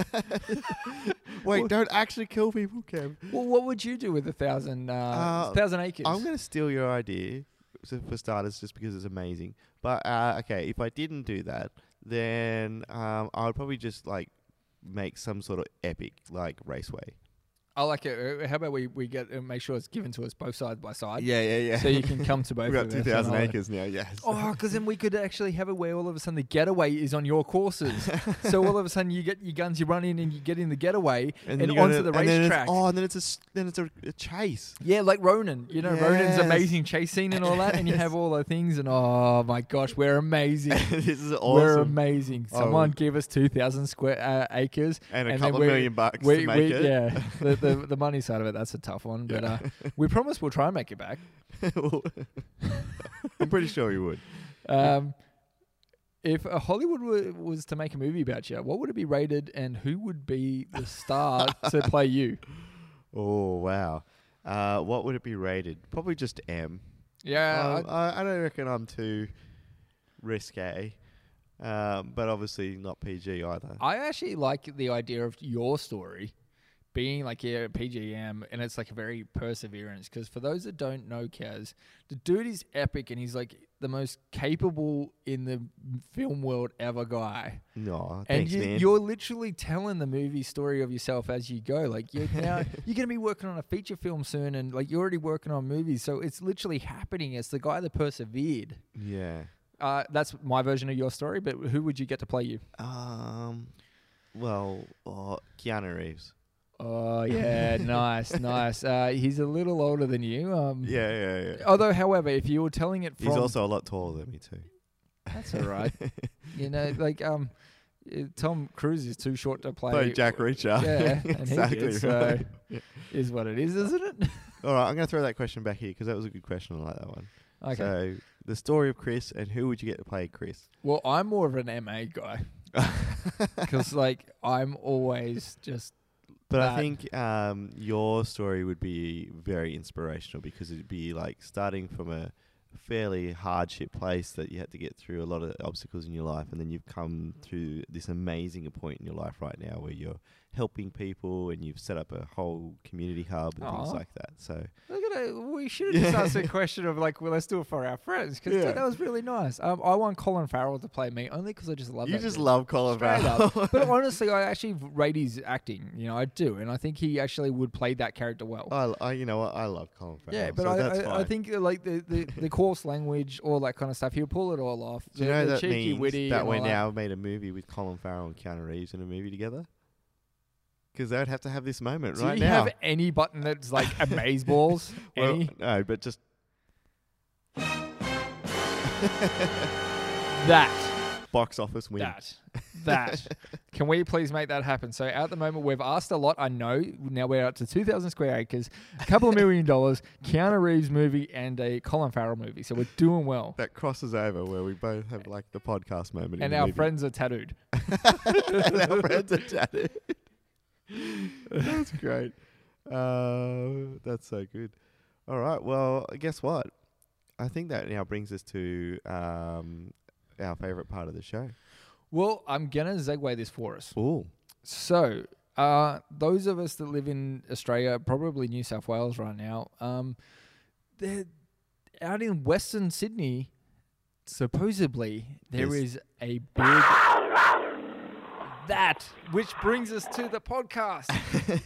Speaker 2: Wait, don't actually kill people, Kev.
Speaker 1: Well, what would you do with a thousand, uh,
Speaker 2: Uh,
Speaker 1: thousand acres?
Speaker 2: I'm going to steal your idea so for starters, just because it's amazing. But uh, okay, if I didn't do that, then um, I would probably just like make some sort of epic like raceway.
Speaker 1: I like it. Uh, How about we we get uh, make sure it's given to us both side by side,
Speaker 2: Yeah, yeah, yeah.
Speaker 1: so you can come to both.
Speaker 2: We've got
Speaker 1: of us and
Speaker 2: 2,000
Speaker 1: I'll-
Speaker 2: acres now, yes.
Speaker 1: Oh, because then we could actually have it where all of a sudden the getaway is on your courses. so all of a sudden you get your guns, you run in and you get in the getaway and,
Speaker 2: you
Speaker 1: onto
Speaker 2: gotta-
Speaker 1: the
Speaker 2: and then it's-
Speaker 1: racetrack.
Speaker 2: Oh, and then it's a s- then it's a, a chase.
Speaker 1: Yeah, like Ronan. You know, Ronan's
Speaker 2: Yes.
Speaker 1: amazing chase scene and all that. And you have all the things, and oh my gosh, we're amazing.
Speaker 2: this is
Speaker 1: We're
Speaker 2: awesome.
Speaker 1: amazing.
Speaker 2: Oh.
Speaker 1: Someone give us 2,000 square uh, acres.
Speaker 2: and a
Speaker 1: and then
Speaker 2: couple of
Speaker 1: we-
Speaker 2: million bucks to make it.
Speaker 1: Yeah, the, the, the money side of it, that's a tough one. But
Speaker 2: Yeah.
Speaker 1: uh, we promise we'll try and make it back.
Speaker 2: I'm pretty sure you would.
Speaker 1: Um, if uh, Hollywood were, was to make a movie about you, what would it be rated, and who would be the star to play you?
Speaker 2: Oh wow. Uh, what would it be rated? Probably just M.
Speaker 1: Yeah,
Speaker 2: Um, I, I don't reckon I'm too risque, um, but obviously not PG either.
Speaker 1: I, I actually like the idea of your story being like yeah, PGM, and it's like a very perseverance. Because for those that don't know Kaz, the dude is epic, and he's like the most capable in the film world ever guy.
Speaker 2: no,
Speaker 1: And
Speaker 2: thanks,
Speaker 1: you,
Speaker 2: man.
Speaker 1: you're literally telling the movie story of yourself as you go. Like you're now you're going to be working on a feature film soon, and like you're already working on movies, so it's literally happening. It's the guy that persevered.
Speaker 2: yeah.
Speaker 1: Uh, that's my version of your story. But who would you get to play you?
Speaker 2: Um. Well, oh, uh, Keanu Reeves.
Speaker 1: Oh yeah, nice, nice. Uh, he's a little older than you. Um,
Speaker 2: Yeah, yeah, yeah.
Speaker 1: Although, however, if you were telling it from
Speaker 2: He's also a lot taller than me too.
Speaker 1: that's all right. you know, like um, uh, Tom Cruise is too short to play.
Speaker 2: So Jack Reacher.
Speaker 1: Yeah, and
Speaker 2: exactly.
Speaker 1: he did, so
Speaker 2: right.
Speaker 1: is what it is, isn't it?
Speaker 2: All right, I'm going to throw that question back here because that was a good question. I like that one.
Speaker 1: Okay.
Speaker 2: So the story of Chris and who would you get to play Chris?
Speaker 1: Well, I'm more of an MA guy because, like, I'm always just
Speaker 2: But I
Speaker 1: That-
Speaker 2: think um, your story would be very inspirational because it'd be like starting from a fairly hardship place that you had to get through a lot of obstacles in your life, and then you've come through this amazing point in your life right now where you're helping people and you've set up a whole community hub and things
Speaker 1: Aw.
Speaker 2: like that. So
Speaker 1: Look at it. We should have just
Speaker 2: Yeah.
Speaker 1: asked a question of like, well, let's do it for our friends because
Speaker 2: Yeah.
Speaker 1: that was really nice. Um, I want Colin Farrell to play me only because I just love.
Speaker 2: you
Speaker 1: that
Speaker 2: just
Speaker 1: dude.
Speaker 2: love Colin
Speaker 1: Straight
Speaker 2: Farrell.
Speaker 1: up. but honestly, I actually rate his acting. You know, I do, and I think he actually would play that character well.
Speaker 2: I, I, you know what? I love Colin Farrell.
Speaker 1: Uh, yeah, but
Speaker 2: so that's
Speaker 1: I, I, I
Speaker 2: fine.
Speaker 1: think uh, like the, the, the coarse language, all that kind of stuff, he'll pull it all off.
Speaker 2: Do you
Speaker 1: The-
Speaker 2: know
Speaker 1: the
Speaker 2: that
Speaker 1: cheeky,
Speaker 2: means
Speaker 1: witty
Speaker 2: that
Speaker 1: and
Speaker 2: we
Speaker 1: all
Speaker 2: now made a movie with Colin Farrell and Keanu Reeves in a movie together? Because they would have to have this moment
Speaker 1: Do
Speaker 2: right
Speaker 1: you
Speaker 2: now.
Speaker 1: have any button that's like amaze balls?
Speaker 2: Well,
Speaker 1: any
Speaker 2: no, but just
Speaker 1: that.
Speaker 2: box office win.
Speaker 1: That. That. Can we please make that happen? So at the moment we've asked a lot. I know now we're up to two thousand square acres, a couple of million dollars, Keanu Reeves movie and a Colin Farrell movie. So we're doing well.
Speaker 2: That crosses over where we both have like the podcast moment.
Speaker 1: And
Speaker 2: in the
Speaker 1: our
Speaker 2: movie.
Speaker 1: friends are tattooed.
Speaker 2: and our friends are chatting. that's great. Uh, that's so good. All right. Well, guess what? I think that now brings us to um, our favorite part of the show.
Speaker 1: Well, I'm gonna segue this for us.
Speaker 2: Ooh.
Speaker 1: So, uh, those of us that live in Australia, probably New South Wales right now, um, they're out in Western Sydney. Supposedly, there
Speaker 2: Yes.
Speaker 1: is a big that, which brings us to the podcast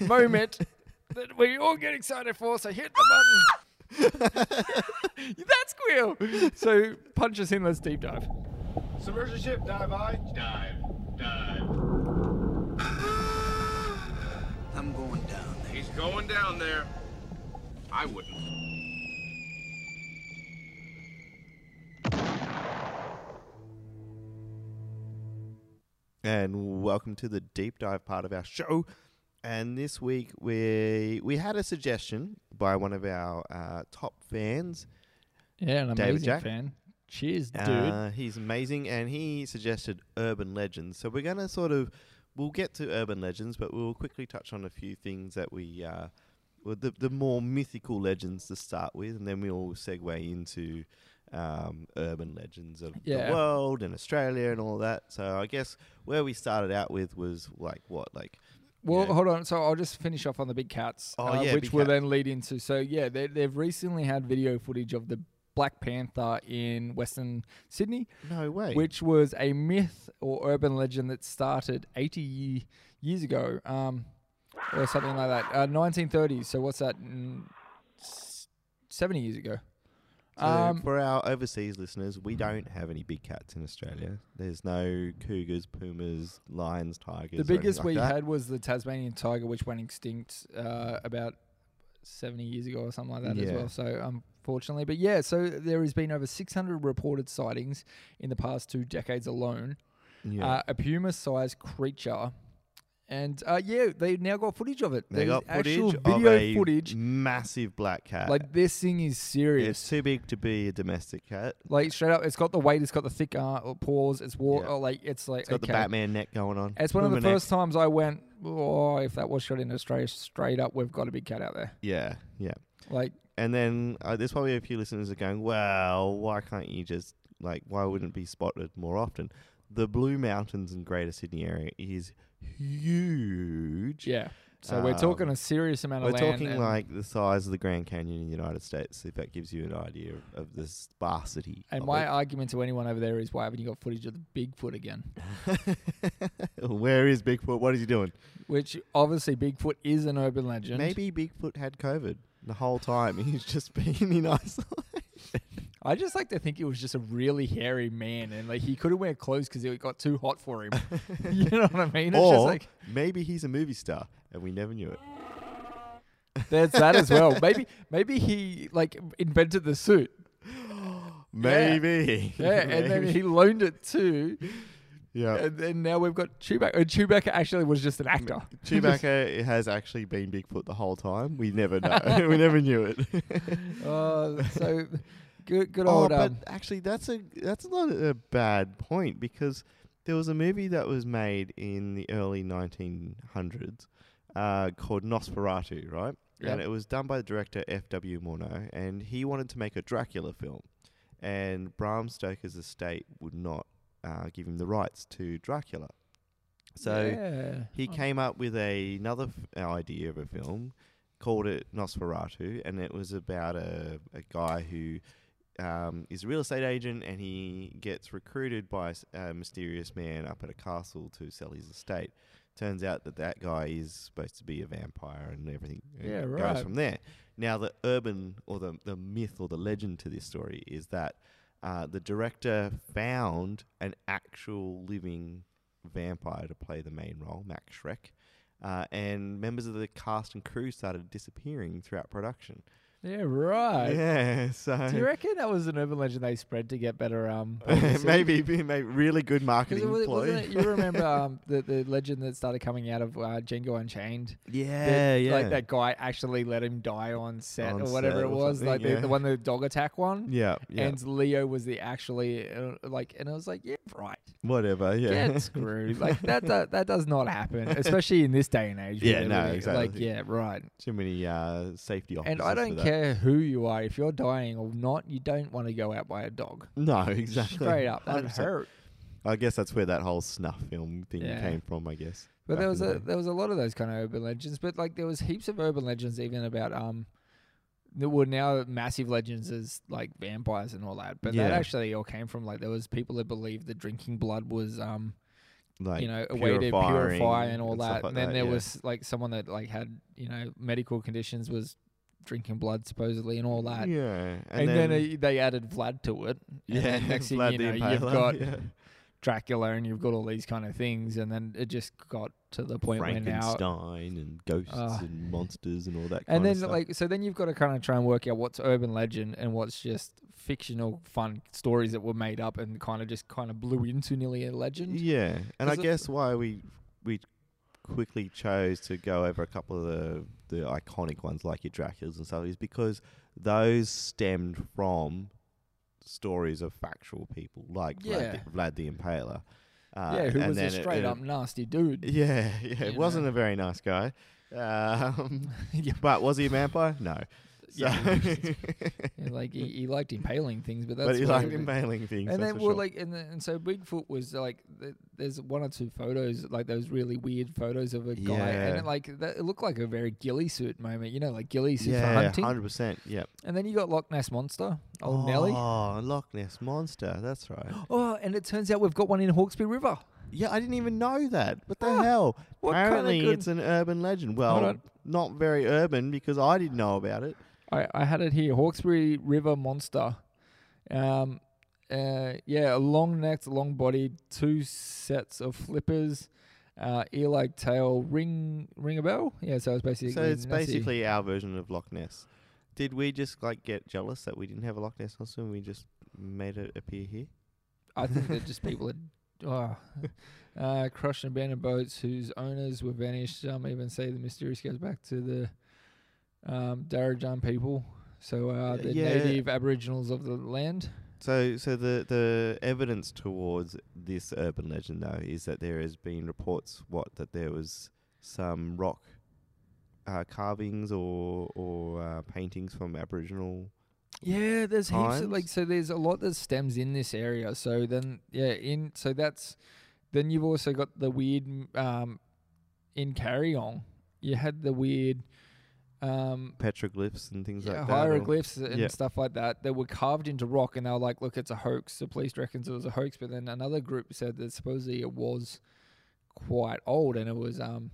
Speaker 1: moment that we all get excited for. So hit the button. That's squeal. So punch us in. Let's deep dive.
Speaker 4: Submersion ship, dive I. Dive. Dive.
Speaker 3: I'm going down there.
Speaker 4: He's going down there. I wouldn't.
Speaker 2: and welcome to the deep dive part of our show. And this week we we had a suggestion by one of our uh, top fans.
Speaker 1: Yeah, an
Speaker 2: David
Speaker 1: amazing
Speaker 2: Jack?
Speaker 1: fan. Cheers, dude.
Speaker 2: Uh, he's amazing, and he suggested urban legends. So we're gonna sort of we'll get to urban legends, but we'll quickly touch on a few things that we uh, well, the the more mythical legends to start with, and then we'll segue into um, urban legends of
Speaker 1: Yeah.
Speaker 2: the world and Australia and all that. So I guess where we started out with was like what like
Speaker 1: Well,
Speaker 2: Yeah.
Speaker 1: hold on. So I'll just finish off on the big cats,
Speaker 2: Oh,
Speaker 1: uh,
Speaker 2: yeah,
Speaker 1: which
Speaker 2: big
Speaker 1: will
Speaker 2: cat.
Speaker 1: then lead into. So yeah, they, they've recently had video footage of the Black Panther in Western Sydney,
Speaker 2: no way
Speaker 1: which was a myth or urban legend that started 80 ye- years ago, um, or something like that, uh, 1930s. So what's that? Mm, s- 70 years ago.
Speaker 2: So
Speaker 1: um,
Speaker 2: for our overseas listeners, we don't have any big cats in Australia. There's no cougars, pumas, lions, tigers.
Speaker 1: The
Speaker 2: or anything
Speaker 1: biggest
Speaker 2: like
Speaker 1: we
Speaker 2: that.
Speaker 1: had was the Tasmanian tiger, which went extinct uh, about 70 years ago or something like that as
Speaker 2: Yeah.
Speaker 1: well. So, unfortunately, but yeah, so there has been over 600 reported sightings in the past two decades alone.
Speaker 2: Yeah.
Speaker 1: Uh, a puma sized creature. And uh, yeah, they now got footage of it.
Speaker 2: they
Speaker 1: There's
Speaker 2: got footage
Speaker 1: actual
Speaker 2: of
Speaker 1: video
Speaker 2: a
Speaker 1: footage.
Speaker 2: massive black cat.
Speaker 1: Like, this thing is serious.
Speaker 2: it's too big to be a domestic cat.
Speaker 1: Like, straight up, it's got the weight, it's got the thick uh, paws, it's war,
Speaker 2: Yeah.
Speaker 1: oh, like, it's like,
Speaker 2: It's got the
Speaker 1: okay.
Speaker 2: Batman neck going on.
Speaker 1: It's one of the
Speaker 2: Puma neck.
Speaker 1: first times I went, oh, if that was shot in Australia, straight up, we've got a big cat out there.
Speaker 2: Yeah, yeah.
Speaker 1: Like,
Speaker 2: And then uh, there's probably a few listeners are going, "Well, why can't you just like why wouldn't it be spotted more often?" The Blue Mountains in Greater Sydney area is huge.
Speaker 1: yeah. So we're talking
Speaker 2: Um,
Speaker 1: a serious amount
Speaker 2: We're
Speaker 1: of land.
Speaker 2: talking
Speaker 1: and-
Speaker 2: like the size of the Grand Canyon in the United States, if that gives you an idea of, of the sparsity.
Speaker 1: And
Speaker 2: of
Speaker 1: my argument to anyone over there is, why haven't you got footage of the Bigfoot again?
Speaker 2: it. where is Bigfoot? What is he doing?
Speaker 1: Which obviously Bigfoot is an urban legend.
Speaker 2: Maybe Bigfoot had COVID the whole time. He's just been in isolation.
Speaker 1: I just like to think it was just a really hairy man, and like he couldn't wear clothes because it got too hot for him. you know what I mean? It's just
Speaker 2: or
Speaker 1: like
Speaker 2: maybe he's a movie star and we never knew it.
Speaker 1: there's that as well. Maybe maybe he like invented the suit.
Speaker 2: Maybe.
Speaker 1: Yeah, and then
Speaker 2: Maybe.
Speaker 1: he loaned it to,
Speaker 2: yeah.
Speaker 1: and then now we've got Chewbacca. And Chewbacca actually was just an actor.
Speaker 2: Chewbacca has actually been Bigfoot the whole time. We never know. we never knew it.
Speaker 1: Uh, so good, good
Speaker 2: oh,
Speaker 1: old.
Speaker 2: but
Speaker 1: um,
Speaker 2: actually, that's a that's not a bad point because there was a movie that was made in the early 1900s uh, called Nosferatu, right?
Speaker 1: Yep.
Speaker 2: And it was done by the director F.W. Murnau, and he wanted to make a Dracula film, and Bram Stoker's estate would not uh, give him the rights to Dracula, so.
Speaker 1: yeah.
Speaker 2: He came up with a, another f- idea of a film, called it Nosferatu, and it was about a, a guy who um, is a real estate agent and he gets recruited by s- a mysterious man up at a castle to sell his estate. Turns out that that guy is supposed to be a vampire and everything uh,
Speaker 1: Yeah,
Speaker 2: goes
Speaker 1: right.
Speaker 2: from there. Now, the urban or the, the myth or the legend to this story is that uh, the director found an actual living vampire to play the main role, Max Shrek, uh, and members of the cast and crew started disappearing throughout production.
Speaker 1: Oh, Yeah, right.
Speaker 2: yeah, so
Speaker 1: Do you reckon that was an urban legend they spread to get better? Um, publicity?
Speaker 2: maybe be maybe really good
Speaker 1: 'Cause
Speaker 2: marketing
Speaker 1: it was,
Speaker 2: ploy.
Speaker 1: wasn't it, you remember um, the the legend that started coming out of uh, Django Unchained?
Speaker 2: yeah,
Speaker 1: that,
Speaker 2: yeah,
Speaker 1: Like that guy actually let him die on set
Speaker 2: On
Speaker 1: or whatever
Speaker 2: set
Speaker 1: it
Speaker 2: or
Speaker 1: was.
Speaker 2: something,
Speaker 1: Like the,
Speaker 2: yeah.
Speaker 1: the one the dog attack one.
Speaker 2: yeah, yeah,
Speaker 1: And Leo was the actually uh, like, and I was like, yeah, right.
Speaker 2: whatever, yeah,
Speaker 1: Get screwed. Like that, that that does not happen, especially in this day and age. with
Speaker 2: Yeah, no,
Speaker 1: everything. Like
Speaker 2: exactly.
Speaker 1: yeah, right.
Speaker 2: too many uh, safety officers.
Speaker 1: And I
Speaker 2: for
Speaker 1: don't
Speaker 2: that.
Speaker 1: care who you are, if you're dying or not, you don't want to go out by a dog.
Speaker 2: No, exactly.
Speaker 1: Straight up, that
Speaker 2: 100%.
Speaker 1: hurt.
Speaker 2: I guess that's where that whole snuff film thing
Speaker 1: Yeah.
Speaker 2: came from. I guess.
Speaker 1: But
Speaker 2: back
Speaker 1: there
Speaker 2: in
Speaker 1: was
Speaker 2: the
Speaker 1: a
Speaker 2: day.
Speaker 1: there was a lot of those kind of urban legends. But like there was heaps of urban legends even about um that were now massive legends as like vampires and all that. But that
Speaker 2: Yeah.
Speaker 1: actually all came from like there was people that believed that drinking blood was um
Speaker 2: like
Speaker 1: you know a way to
Speaker 2: purifying
Speaker 1: purify and all
Speaker 2: stuff
Speaker 1: that.
Speaker 2: like
Speaker 1: and then
Speaker 2: that,
Speaker 1: there
Speaker 2: yeah.
Speaker 1: was like someone that like had you know medical conditions was drinking blood supposedly and all that.
Speaker 2: Yeah,
Speaker 1: And, then, uh they added Vlad to it. and
Speaker 2: yeah,
Speaker 1: then next thing
Speaker 2: Vlad
Speaker 1: you
Speaker 2: the
Speaker 1: know, you've
Speaker 2: Impaler,
Speaker 1: got
Speaker 2: yeah.
Speaker 1: Dracula and you've got all these kind of things, and then it just got to the point where now.
Speaker 2: Frankenstein and ghosts
Speaker 1: Ah.
Speaker 2: and monsters and all that.
Speaker 1: And
Speaker 2: kind
Speaker 1: then,
Speaker 2: of stuff.
Speaker 1: like, so then you've got to kind of try and work out what's urban legend and what's just fictional, fun stories that were made up and kind of just kind of blew into nearly a legend.
Speaker 2: Yeah, and I
Speaker 1: 'Cause it-
Speaker 2: guess why we we quickly chose to go over a couple of the the iconic ones like your Draculas and stuff is because those stemmed from stories of factual people like
Speaker 1: Yeah.
Speaker 2: Vlad, the, Vlad the Impaler. Uh,
Speaker 1: yeah, who
Speaker 2: and
Speaker 1: was a
Speaker 2: then it-
Speaker 1: straight
Speaker 2: it-
Speaker 1: up nasty dude.
Speaker 2: Yeah, yeah,
Speaker 1: you
Speaker 2: it
Speaker 1: know.
Speaker 2: wasn't a very nice guy. Um,
Speaker 1: Yeah.
Speaker 2: but was he a vampire? No. So-
Speaker 1: Yeah. Yeah, like, he, he liked impaling things, but that's
Speaker 2: but he
Speaker 1: what
Speaker 2: liked
Speaker 1: it-
Speaker 2: impaling things.
Speaker 1: And
Speaker 2: that's
Speaker 1: then,
Speaker 2: for
Speaker 1: well,
Speaker 2: sure.
Speaker 1: like, and, then, and so Bigfoot was like, th- there's one or two photos, like those really weird photos of a guy, and
Speaker 2: Yeah.
Speaker 1: it, like that, it looked like a very ghillie suit moment, you know, like ghillie suit for
Speaker 2: yeah,
Speaker 1: hunting.
Speaker 2: hundred percent. Yeah.
Speaker 1: And then you got Loch Ness monster, old Nelly.
Speaker 2: Oh, Loch Ness monster. That's right.
Speaker 1: Oh, and it turns out we've got one in Hawkesbury River.
Speaker 2: Yeah, I didn't even know that. What the
Speaker 1: Ah,
Speaker 2: hell?
Speaker 1: what kinda
Speaker 2: Apparently,
Speaker 1: good-
Speaker 2: it's an urban legend.
Speaker 1: Hold
Speaker 2: Well,
Speaker 1: on.
Speaker 2: not very urban because I didn't know about it.
Speaker 1: I, I had it here. Hawkesbury River monster. Um, uh, yeah, a long neck, long body, two sets of flippers, uh, ear-like tail, ring ring a bell. Yeah, so it's basically
Speaker 2: So it's
Speaker 1: Nessie.
Speaker 2: basically our version of Loch Ness. Did we just like get jealous that we didn't have a Loch Ness monster and we just made it appear here?
Speaker 1: I think that just people are oh, uh, crushed and abandoned boats whose owners were vanished. Some even say the mysterious goes back to the um, Darrajan people. So uh, the
Speaker 2: Yeah.
Speaker 1: native aboriginals of the land.
Speaker 2: So, so the the evidence towards this urban legend though is that there has been reports what that there was some rock uh, carvings or or uh, paintings from Aboriginal.
Speaker 1: Yeah, there's heaps of
Speaker 2: Times.
Speaker 1: like so there's a lot that stems in this area. So then yeah, in so that's then you've also got the weird m- um in Carryong. You had the weird um
Speaker 2: Petroglyphs and things
Speaker 1: yeah,
Speaker 2: like that. or-
Speaker 1: hieroglyphs and
Speaker 2: yeah.
Speaker 1: stuff like that that were carved into rock and they were like, look, it's a hoax. The police reckons it was a hoax, but then another group said that supposedly it was quite old and it was um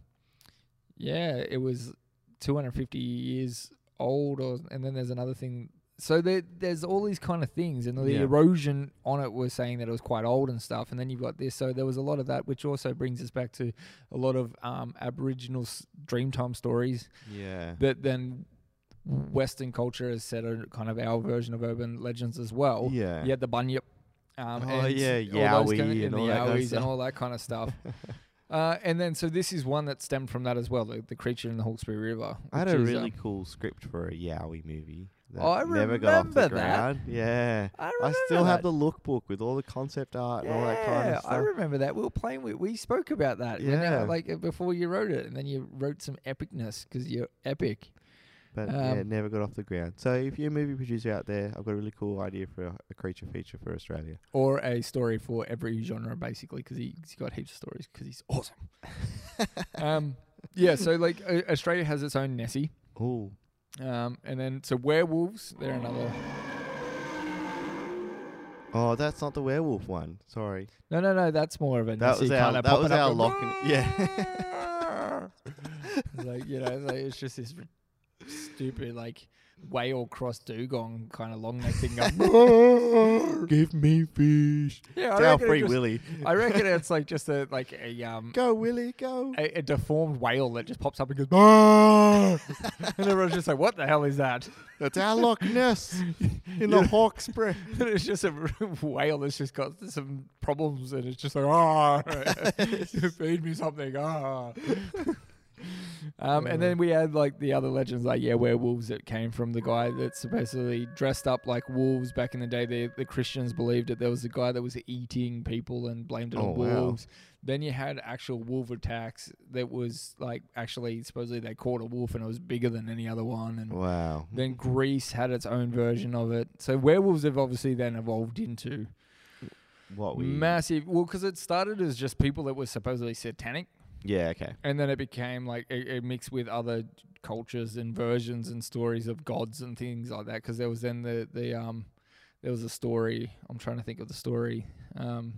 Speaker 1: yeah, it was 250 years old or and then there's another thing so there, there's all these kind of things, and the
Speaker 2: Yeah.
Speaker 1: erosion on it was saying that it was quite old and stuff. And then you've got this, so there was a lot of that, which also brings us back to a lot of um, Aboriginal s- Dreamtime stories
Speaker 2: Yeah.
Speaker 1: that then Western culture has said are kind of our version of urban legends as well.
Speaker 2: Yeah.
Speaker 1: You had the bunyip. Um,
Speaker 2: Oh,
Speaker 1: and
Speaker 2: yeah,
Speaker 1: all those
Speaker 2: Yowie
Speaker 1: kind of-
Speaker 2: and
Speaker 1: the
Speaker 2: all that kind of
Speaker 1: Yowies
Speaker 2: stuff.
Speaker 1: and all that kind of stuff. uh, and then, so this is one that stemmed from that as well, the, the creature in the Hawkesbury River.
Speaker 2: I had
Speaker 1: which
Speaker 2: a
Speaker 1: is, uh,
Speaker 2: really cool script for a Yowie movie. That
Speaker 1: I
Speaker 2: never got off the
Speaker 1: remember that.
Speaker 2: ground. Yeah.
Speaker 1: I
Speaker 2: I
Speaker 1: remember
Speaker 2: still have
Speaker 1: that.
Speaker 2: the lookbook with all the concept art and all that kind
Speaker 1: Yeah,
Speaker 2: of stuff.
Speaker 1: I remember that. We were playing with. We spoke about that. when, uh,
Speaker 2: Yeah.
Speaker 1: like uh, before you wrote it, and then you wrote some epicness because you're epic.
Speaker 2: but yeah,
Speaker 1: um,
Speaker 2: never got off the ground. So if you're a movie producer out there, I've got a really cool idea for a, a creature feature for Australia.
Speaker 1: Or a story for every genre, basically, because he, he's got heaps of stories because he's awesome. um, yeah, so like uh, Australia has its own Nessie,
Speaker 2: Oh,
Speaker 1: um, and then so werewolves. They're another.
Speaker 2: oh, that's not the werewolf one. Sorry,
Speaker 1: No, no, no. That's more of a
Speaker 2: that
Speaker 1: Nessie
Speaker 2: was our
Speaker 1: kind of
Speaker 2: that was our lock. And, yeah,
Speaker 1: like you know, like it's just this stupid like whale cross dugong kind of long neck thing. Going,
Speaker 2: give me fish.
Speaker 1: yeah,
Speaker 2: It's
Speaker 1: I
Speaker 2: our
Speaker 1: reckon, it
Speaker 2: free
Speaker 1: just-
Speaker 2: Willy.
Speaker 1: I reckon it's like just a like a um
Speaker 2: Go Willy, go.
Speaker 1: a, a deformed whale that just pops up and goes,
Speaker 2: that's
Speaker 1: and everyone's just like, "What the hell is that?"
Speaker 2: our Loch Ness in the Hawkesbury.
Speaker 1: And it's just a whale that's just got some problems, and it's just like, "Ah, feed me something." Ah. Um, and then we had like the other legends, like yeah, werewolves. That came from the guy that supposedly dressed up like wolves back in the day. The, the Christians believed it. There was a guy that was eating people and blamed it
Speaker 2: Oh,
Speaker 1: on
Speaker 2: wow.
Speaker 1: wolves. Then you had actual wolf attacks that was like actually supposedly they caught a wolf and it was bigger than any other one. And
Speaker 2: Wow.
Speaker 1: then Greece had its own version of it. So werewolves have obviously then evolved into
Speaker 2: What we
Speaker 1: massive. Well, because it started as just people that were supposedly satanic,
Speaker 2: Yeah, okay.
Speaker 1: and then it became like it, it mixed with other cultures and versions and stories of gods and things like that. Because there was then the the um there was a story. I'm trying to think of the story. Um,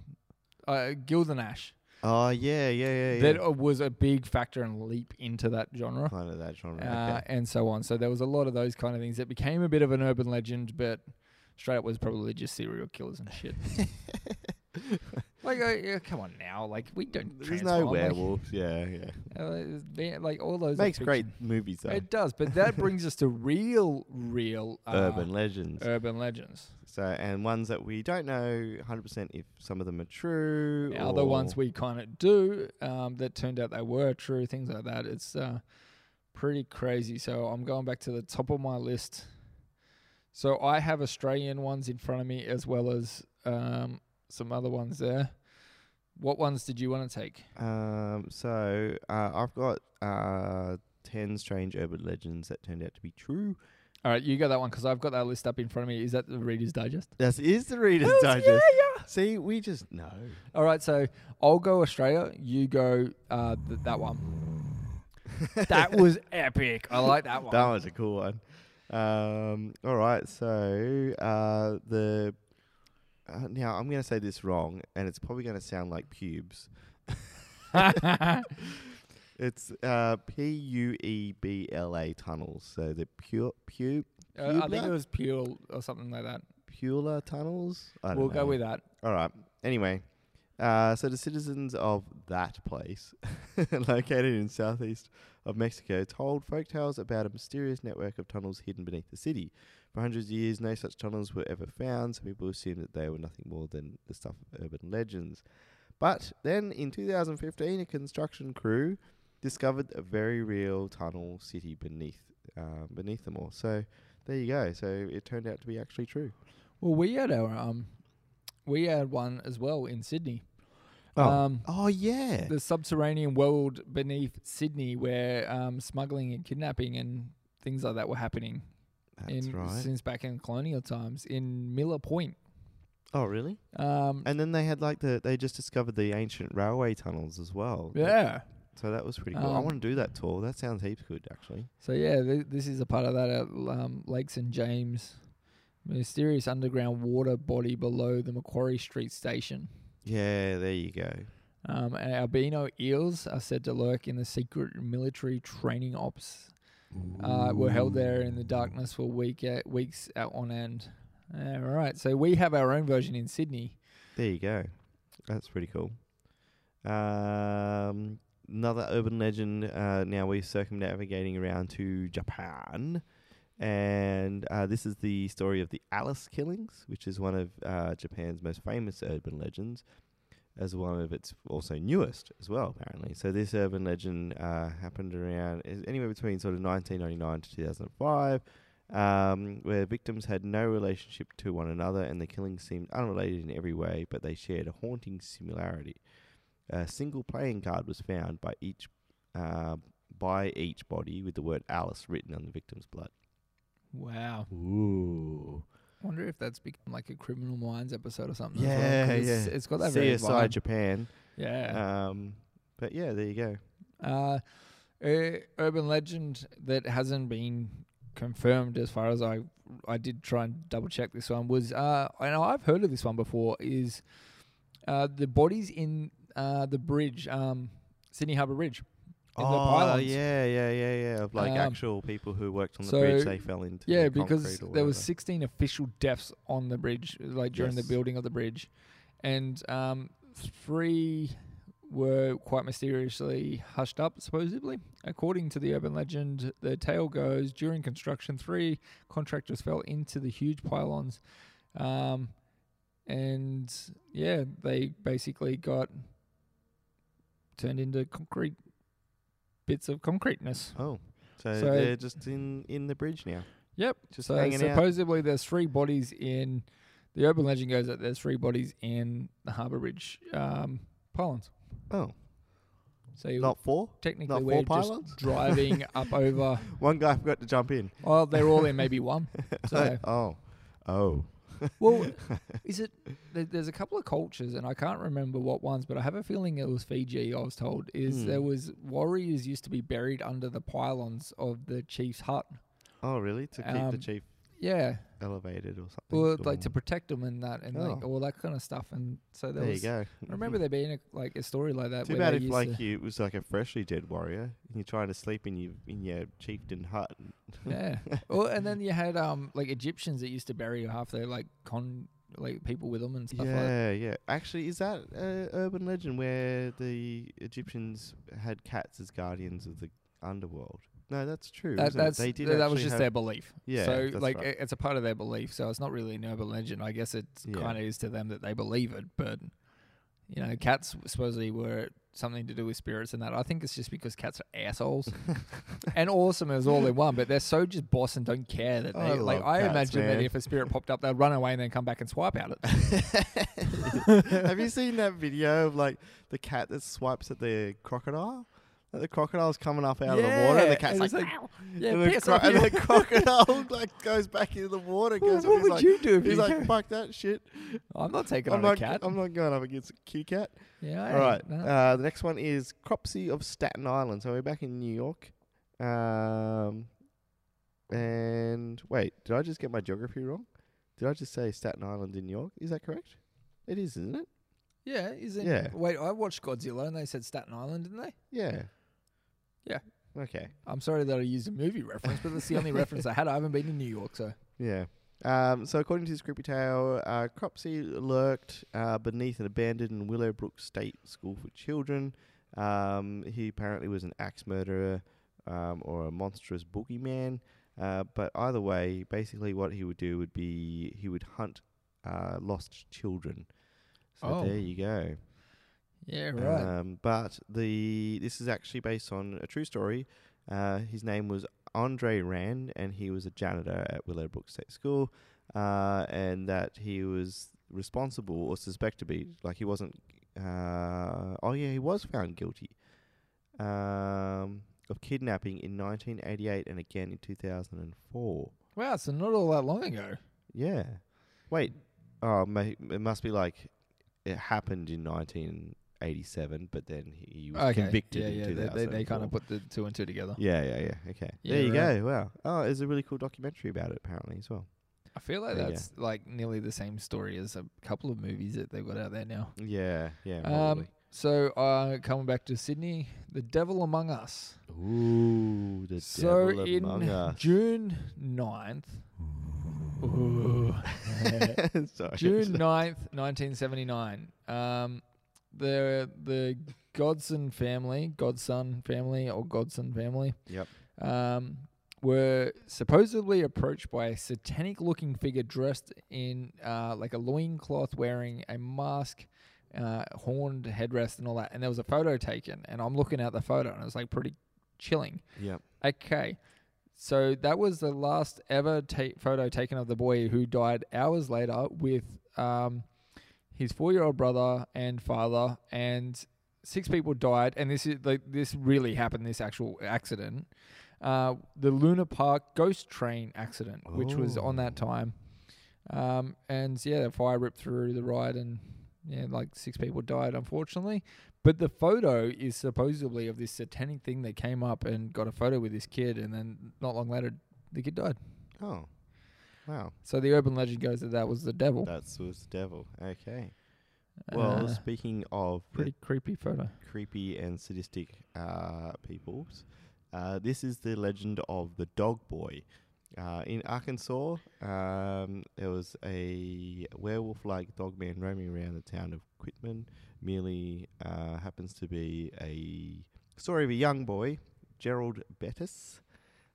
Speaker 1: uh, Gilgamesh
Speaker 2: Oh yeah, yeah, yeah, yeah.
Speaker 1: that uh, was a big factor and leap into that genre.
Speaker 2: kind of that genre.
Speaker 1: uh,
Speaker 2: okay.
Speaker 1: and so on. So there was a lot of those kind of things that became a bit of an urban legend, but straight up was probably just serial killers and shit. like, uh, yeah, come on now, like we don't.
Speaker 2: There's
Speaker 1: transform,
Speaker 2: no
Speaker 1: like,
Speaker 2: werewolves. yeah, yeah.
Speaker 1: uh, they- like all those are
Speaker 2: Makes great
Speaker 1: fiction.
Speaker 2: movies though.
Speaker 1: It does, but that brings us to real, real uh,
Speaker 2: Urban legends.
Speaker 1: urban legends.
Speaker 2: So, and ones that we don't know 100% if some of them are true.
Speaker 1: Now, the ones
Speaker 2: or-
Speaker 1: we kind of do um, that turned out they were true, things like that. It's uh, pretty crazy. So I'm going back to the top of my list. So I have Australian ones in front of me as well as um, some other ones there. What ones did you want to take?
Speaker 2: Um, so, uh, I've got uh, 10 strange urban legends that turned out to be true.
Speaker 1: All right, you got that one because I've got that list up in front of me. Is that the Reader's Digest?
Speaker 2: That is the Reader's
Speaker 1: Yes,
Speaker 2: Digest.
Speaker 1: yeah, yeah.
Speaker 2: See, we just know.
Speaker 1: All right, so I'll go Australia. You go uh, th- that one. that was epic. I like that one.
Speaker 2: That was a cool one. Um, all right, so uh, the. Uh, now, I'm going to say this wrong, and it's probably going to sound like pubes. It's uh, P U E B L A tunnels. So the pure, pure,
Speaker 1: Uh, I think
Speaker 2: Puebla?
Speaker 1: it was Peel or something like that.
Speaker 2: Pula tunnels. I don't
Speaker 1: We'll
Speaker 2: know.
Speaker 1: go with that.
Speaker 2: All right. Anyway, uh, so the citizens of that place, located in southeast of Mexico, told folk tales about a mysterious network of tunnels hidden beneath the city. For hundreds of years, no such tunnels were ever found, so people assumed that they were nothing more than the stuff of urban legends. But then in 2015, a construction crew discovered a very real tunnel city beneath um, beneath them all. So there you go. So it turned out to be actually true.
Speaker 1: Well, we had our um, we had one as well in Sydney.
Speaker 2: Oh,
Speaker 1: Um,
Speaker 2: oh yeah.
Speaker 1: The subterranean world beneath Sydney, where um, smuggling and kidnapping and things like that were happening
Speaker 2: That's
Speaker 1: in
Speaker 2: right.
Speaker 1: since back in colonial times in Miller Point.
Speaker 2: Oh, really?
Speaker 1: Um,
Speaker 2: And then they had like the they just discovered the ancient railway tunnels as well.
Speaker 1: yeah.
Speaker 2: So that was pretty cool. I
Speaker 1: Um,
Speaker 2: want to do that tour. That sounds heaps good, actually.
Speaker 1: So yeah, th- this is a part of that at um, Lake St James, mysterious underground water body below the Macquarie Street station.
Speaker 2: Yeah, there you go.
Speaker 1: Um, and albino eels are said to lurk in the secret military training ops uh, were held there in the darkness for week at, weeks at on end. All right, so we have our own version in Sydney.
Speaker 2: There you go. That's pretty cool. Um, another urban legend. Uh, now we're circumnavigating around to Japan. And uh, this is the story of the Alice killings, which is one of uh, Japan's most famous urban legends, as one of its also newest as well, apparently. So this urban legend uh, happened around is anywhere between sort of 1999 to 2005, um, where victims had no relationship to one another and the killings seemed unrelated in every way, but they shared a haunting similarity. A single playing card was found by each uh, by each body with the word Alice written on the victim's blood.
Speaker 1: Wow.
Speaker 2: Ooh.
Speaker 1: Wonder if that's become like a Criminal Minds episode or something. as well,
Speaker 2: Yeah,
Speaker 1: 'cause
Speaker 2: yeah.
Speaker 1: It's, it's got that very
Speaker 2: CSI
Speaker 1: vibe.
Speaker 2: Japan.
Speaker 1: Yeah.
Speaker 2: Um, but yeah, there you go.
Speaker 1: Uh, uh, urban legend that hasn't been confirmed, as far as I I did try and double check this one was, uh, I know I've heard of this one before. Is uh, the bodies in uh, the bridge, um, Sydney Harbour Bridge, in the
Speaker 2: oh
Speaker 1: pylons?
Speaker 2: yeah, yeah, yeah, yeah. Of like
Speaker 1: Um,
Speaker 2: actual people who worked on the bridge,
Speaker 1: so,
Speaker 2: they fell into. the
Speaker 1: Yeah,
Speaker 2: concrete
Speaker 1: because
Speaker 2: or
Speaker 1: there was 16
Speaker 2: whatever.
Speaker 1: official deaths on the bridge, like during
Speaker 2: Yes.
Speaker 1: the building of the bridge, and um, three were quite mysteriously hushed up, supposedly. According to the urban legend, the tale goes during construction, three contractors fell into the huge pylons, um, and yeah, they basically got turned into concrete bits of concreteness.
Speaker 2: Oh, so,
Speaker 1: So-
Speaker 2: they're just in in the bridge now.
Speaker 1: Yep.
Speaker 2: Just
Speaker 1: so
Speaker 2: hanging out.
Speaker 1: supposedly there's three bodies in the urban legend goes that there's three bodies in the Harbour Ridge um, pylons.
Speaker 2: Oh,
Speaker 1: So you
Speaker 2: not four.
Speaker 1: technically
Speaker 2: not
Speaker 1: we're
Speaker 2: four
Speaker 1: just
Speaker 2: pylons.
Speaker 1: driving up over.
Speaker 2: One guy forgot to jump in.
Speaker 1: Well, they're all in maybe one. So
Speaker 2: oh, oh,
Speaker 1: well, is it? there- There's a couple of cultures, and I can't remember what ones, but I have a feeling it was Fiji. I was told is
Speaker 2: Hmm.
Speaker 1: there was warriors used to be buried under the pylons of the chief's hut.
Speaker 2: oh, really? To keep the
Speaker 1: Um,
Speaker 2: chief
Speaker 1: Yeah,
Speaker 2: elevated or something.
Speaker 1: well, like
Speaker 2: or-
Speaker 1: to protect them and that, and like
Speaker 2: Oh.
Speaker 1: all that kind of stuff. And so there
Speaker 2: There you
Speaker 1: was
Speaker 2: go.
Speaker 1: I remember there being a, like a story like that.
Speaker 2: Too
Speaker 1: where
Speaker 2: bad
Speaker 1: they
Speaker 2: if
Speaker 1: used
Speaker 2: like
Speaker 1: to-
Speaker 2: you it was like a freshly dead warrior and you're trying to sleep in your in your chieftain hut.
Speaker 1: yeah. Well, and then you had um like Egyptians that used to bury half their like con like people with them and stuff like that.
Speaker 2: Yeah, yeah. Actually, is that a urban legend where the Egyptians had cats as guardians of the underworld? No, that's true.
Speaker 1: That,
Speaker 2: isn't it?
Speaker 1: that's,
Speaker 2: they did.
Speaker 1: that was
Speaker 2: actually
Speaker 1: just
Speaker 2: have-
Speaker 1: their belief.
Speaker 2: Yeah,
Speaker 1: So
Speaker 2: that's
Speaker 1: like
Speaker 2: right.
Speaker 1: it- it's a part of their belief. So it's not really an urban legend. I guess it
Speaker 2: Yeah.
Speaker 1: kind of is to them that they believe it. But you know, cats supposedly were something to do with spirits and that. I think it's just because cats are assholes and awesome is all in one. But they're so just boss and don't care that they
Speaker 2: I
Speaker 1: like.
Speaker 2: love
Speaker 1: I
Speaker 2: cats,
Speaker 1: imagine that
Speaker 2: man.
Speaker 1: if a spirit popped up, they'd run away and then come back and swipe at it.
Speaker 2: Have you seen that video of like the cat that swipes at the crocodile? Like the crocodile's coming up out of the water, and the
Speaker 1: Yeah,
Speaker 2: cat's
Speaker 1: and
Speaker 2: like,
Speaker 1: it's like,
Speaker 2: "Ow."
Speaker 1: yeah,
Speaker 2: and, the
Speaker 1: piss off,
Speaker 2: and
Speaker 1: you.
Speaker 2: the crocodile like goes back into the water. and
Speaker 1: Well,
Speaker 2: Goes up,
Speaker 1: what
Speaker 2: he's
Speaker 1: would
Speaker 2: like,
Speaker 1: you do if
Speaker 2: he's
Speaker 1: you
Speaker 2: like,
Speaker 1: came-
Speaker 2: fuck that shit?
Speaker 1: I'm not taking
Speaker 2: I'm
Speaker 1: on
Speaker 2: not,
Speaker 1: a cat.
Speaker 2: I'm not going up against a cute cat.
Speaker 1: yeah. I
Speaker 2: All right.
Speaker 1: ain't, no.
Speaker 2: Uh, the next one is Cropsey of Staten Island. So we're back in New York. Um, and wait, did I just get my geography wrong? Did I just say Staten Island in New York? Is that correct? It is, isn't it?
Speaker 1: yeah. Is it?
Speaker 2: yeah.
Speaker 1: Wait, I watched Godzilla and they said Staten Island, didn't they?
Speaker 2: Yeah.
Speaker 1: Yeah.
Speaker 2: Okay.
Speaker 1: I'm sorry that I used a movie reference, but that's the only reference I had. I haven't been in New York, so
Speaker 2: Yeah. Um, so according to this creepy tale, uh, Cropsey lurked uh, beneath an abandoned Willowbrook State School for Children. Um, he apparently was an axe murderer um, or a monstrous boogeyman. Uh, but either way, basically what he would do would be he would hunt uh, lost children. So
Speaker 1: Oh.
Speaker 2: there you go.
Speaker 1: yeah, right.
Speaker 2: Um, but the this is actually based on a true story. Uh, his name was Andre Rand, and he was a janitor at Willowbrook State School, uh, and that he was responsible or suspected to be like he wasn't. Uh, oh yeah, he was found guilty um, of kidnapping in 1988 and again in 2004.
Speaker 1: wow, so not all that long ago.
Speaker 2: Yeah. Wait. Oh, ma- it must be like it happened in 1987, but then he was
Speaker 1: okay.
Speaker 2: convicted
Speaker 1: yeah,
Speaker 2: in
Speaker 1: yeah. They,
Speaker 2: 2004.
Speaker 1: they, they kind of put the two and two together.
Speaker 2: Yeah, yeah, yeah. Okay.
Speaker 1: Yeah,
Speaker 2: there you
Speaker 1: right.
Speaker 2: go. Wow. Oh, there's a really cool documentary about it apparently as well.
Speaker 1: I feel like
Speaker 2: There you go.
Speaker 1: that's like nearly the same story as a couple of movies that they've got out there now.
Speaker 2: Yeah, yeah.
Speaker 1: Um,
Speaker 2: probably.
Speaker 1: So uh, coming back to Sydney, The Devil Among Us.
Speaker 2: Ooh, the
Speaker 1: So
Speaker 2: devil
Speaker 1: in
Speaker 2: among us.
Speaker 1: June 9th, Ooh.
Speaker 2: Sorry.
Speaker 1: June 9th, 1979, um, the the Godson family, Godson family, or Godson family,
Speaker 2: Yep.
Speaker 1: um, were supposedly approached by a satanic looking figure dressed in uh, like a loincloth wearing a mask, uh, horned headrest, and all that. And there was a photo taken, and I'm looking at the photo, and it was like pretty chilling.
Speaker 2: Yep.
Speaker 1: Okay. So that was the last ever ta- photo taken of the boy who died hours later with um, his four-year-old brother and father, and six people died. And this is like this really happened. This actual accident, uh, the Luna Park ghost train accident, which was on that time. Um, and yeah, the fire ripped through the ride, and yeah, like six people died, unfortunately. But the photo is supposedly of this satanic thing that came up and got a photo with this kid, and then not long later, the kid died.
Speaker 2: Oh. Wow.
Speaker 1: So the urban legend goes that that was the devil.
Speaker 2: That was the devil. Okay. Well,
Speaker 1: Uh,
Speaker 2: speaking of the
Speaker 1: pretty creepy photo.
Speaker 2: creepy and sadistic uh, peoples, uh, this is the legend of the dog boy. Uh, in Arkansas, um, there was a werewolf like dog man roaming around the town of Quitman. Merely uh, happens to be a story of a young boy, Gerald Bettis.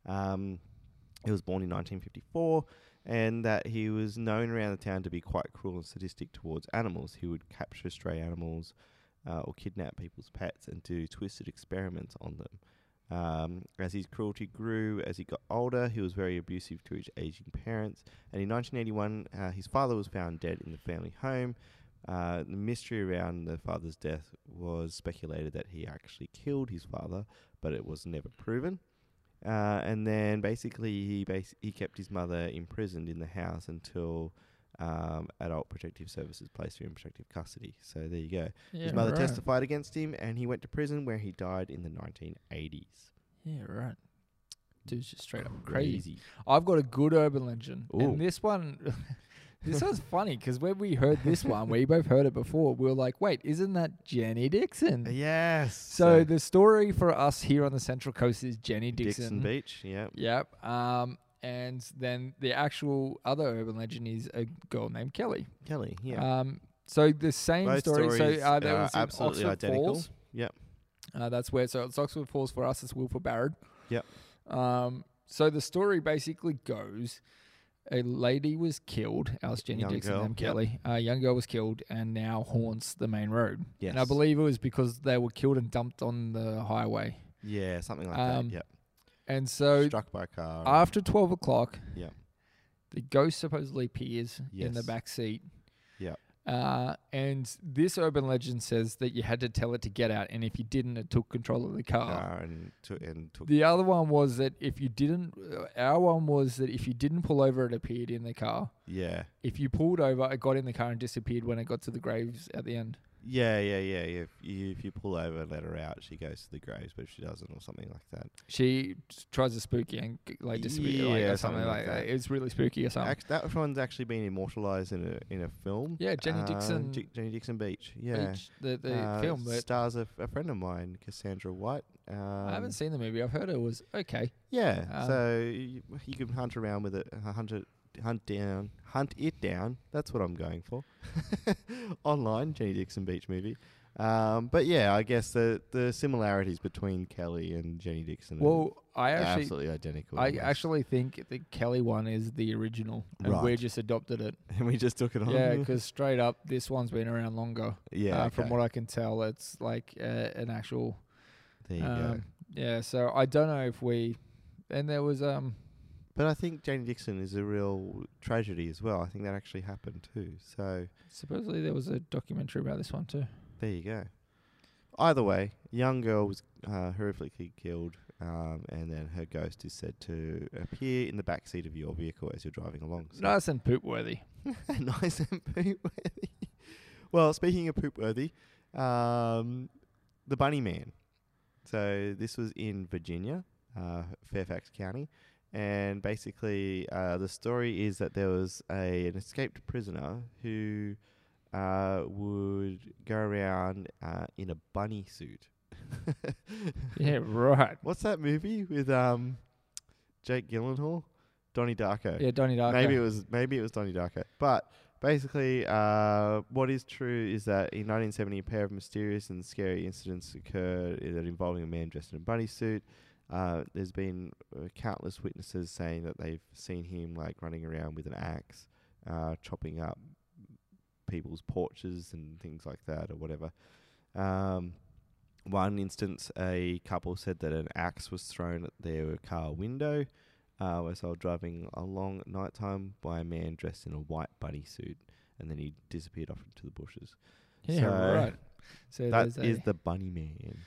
Speaker 2: Um, he was born in 1954, and that he was known around the town to be quite cruel and sadistic towards animals. He would capture stray animals uh, or kidnap people's pets and do twisted experiments on them. Um, as his cruelty grew as he got older, he was very abusive to his aging parents. And in 1981, uh, his father was found dead in the family home. Uh, the mystery around the father's death was speculated that he actually killed his father, but it was never proven. Uh, and then basically he bas- he kept his mother imprisoned in the house until um, adult protective services placed her in protective custody. So there you go. his mother testified against him, and he went to prison where he died in the 1980s.
Speaker 1: Yeah, right. Dude's just straight up crazy. I've got a good urban legend,
Speaker 2: Ooh.
Speaker 1: and this one, this one's funny because when we heard this one, we both heard it before. We were like, "Wait, isn't that Jenny Dixon?"
Speaker 2: Yes.
Speaker 1: Mm. So, the story for us here on the Central Coast is Jenny Dixon.
Speaker 2: Dixon Beach. Yeah.
Speaker 1: Yep. Um, and then the actual other urban legend is a girl named Kelly.
Speaker 2: Kelly. Yeah.
Speaker 1: Um, so the same
Speaker 2: Both
Speaker 1: story.
Speaker 2: stories
Speaker 1: so uh, there
Speaker 2: are
Speaker 1: was in
Speaker 2: absolutely
Speaker 1: Oxford
Speaker 2: identical.
Speaker 1: Falls.
Speaker 2: Yep.
Speaker 1: Uh, that's where. So it's Oxford Falls for us. It's Wilford Barrett.
Speaker 2: Yep.
Speaker 1: Um, so the story basically goes: a lady was killed. Alice Jenny
Speaker 2: Young
Speaker 1: Dixon
Speaker 2: girl,
Speaker 1: and
Speaker 2: yep.
Speaker 1: Kelly. A young girl was killed and now haunts the main road. And I
Speaker 2: Yes.
Speaker 1: believe it was because they were killed and dumped on the highway.
Speaker 2: Yeah. Something like
Speaker 1: Um,
Speaker 2: that. Yep.
Speaker 1: And so
Speaker 2: Struck by a car.
Speaker 1: after twelve o'clock,
Speaker 2: yeah.
Speaker 1: the ghost supposedly appears in the
Speaker 2: Yes.
Speaker 1: back seat.
Speaker 2: Yeah.
Speaker 1: Uh, and this urban legend says that you had to tell it to get out, and if you didn't, it took control of the car.
Speaker 2: Car uh, and took and took.
Speaker 1: The other one was that if you didn't, uh, our one was that if you didn't pull over, it appeared in the car.
Speaker 2: yeah.
Speaker 1: If you pulled over, it got in the car and disappeared when it got to the graves at the end.
Speaker 2: Yeah, yeah, yeah. If you, if you pull over and let her out, she goes to the graves, but if she doesn't, or something like that.
Speaker 1: She s- tries to spooky and g- like disappear like,
Speaker 2: Yeah,
Speaker 1: or something,
Speaker 2: something
Speaker 1: like
Speaker 2: like
Speaker 1: that.
Speaker 2: that.
Speaker 1: It's really spooky or something.
Speaker 2: Act, that one's actually been immortalized in a in a film.
Speaker 1: Yeah, Jenny
Speaker 2: Uh,
Speaker 1: Dixon
Speaker 2: J- Jenny Dixon Beach. Yeah,
Speaker 1: Each- the the
Speaker 2: Uh,
Speaker 1: film. But
Speaker 2: stars a, a friend of mine, Cassandra White. Um,
Speaker 1: I haven't seen the movie. I've heard it was okay.
Speaker 2: Yeah,
Speaker 1: Um,
Speaker 2: so you, you can hunt around with it, uh, hunt it, hunt down, hunt it down. That's what I'm going for. Online, Jenny Dixon Beach movie. Um, but yeah, I guess the the similarities between Kelly and Jenny Dixon
Speaker 1: Well, I
Speaker 2: are
Speaker 1: actually
Speaker 2: Mm. absolutely identical.
Speaker 1: I
Speaker 2: almost.
Speaker 1: actually think the Kelly one is the original, and we
Speaker 2: Right.
Speaker 1: just adopted it.
Speaker 2: and we just took it on.
Speaker 1: Yeah, because straight up, this one's been around longer.
Speaker 2: yeah.
Speaker 1: uh, from
Speaker 2: okay.
Speaker 1: what I can tell, it's like uh, an actual.
Speaker 2: there you go.
Speaker 1: Um, yeah, so I don't know if we, and there was um
Speaker 2: But I think Jenny Dixon is a real tragedy as well. I think that actually happened too. So
Speaker 1: supposedly there was a documentary about this one too.
Speaker 2: There you go. Either way, young girl was uh, horrifically killed, um, and then her ghost is said to appear in the back seat of your vehicle as you're driving along. So
Speaker 1: Nice and poop worthy.
Speaker 2: nice and poop worthy. well, speaking of poop worthy, um, the Bunny Man. So this was in Virginia, uh, Fairfax County, and basically uh, the story is that there was a, an escaped prisoner who uh, would go around uh, in a bunny suit.
Speaker 1: Yeah, right.
Speaker 2: What's that movie with um, Jake Gyllenhaal, Donnie Darko?
Speaker 1: Yeah, Donnie Darko.
Speaker 2: Maybe it was maybe it was Donnie Darko. But basically, uh, what is true is that in 1970, a pair of mysterious and scary incidents occurred i- that involving a man dressed in a bunny suit. Uh, there's been uh, countless witnesses saying that they've seen him like running around with an axe, uh, chopping up people's porches and things like that, or whatever. Um, one instance, a couple said that an axe was thrown at their car window uh, was I driving along at night time by a man dressed in a white bunny suit, and then he disappeared off into the bushes.
Speaker 1: yeah,
Speaker 2: so
Speaker 1: right. So there's
Speaker 2: that is
Speaker 1: a-
Speaker 2: the bunny man.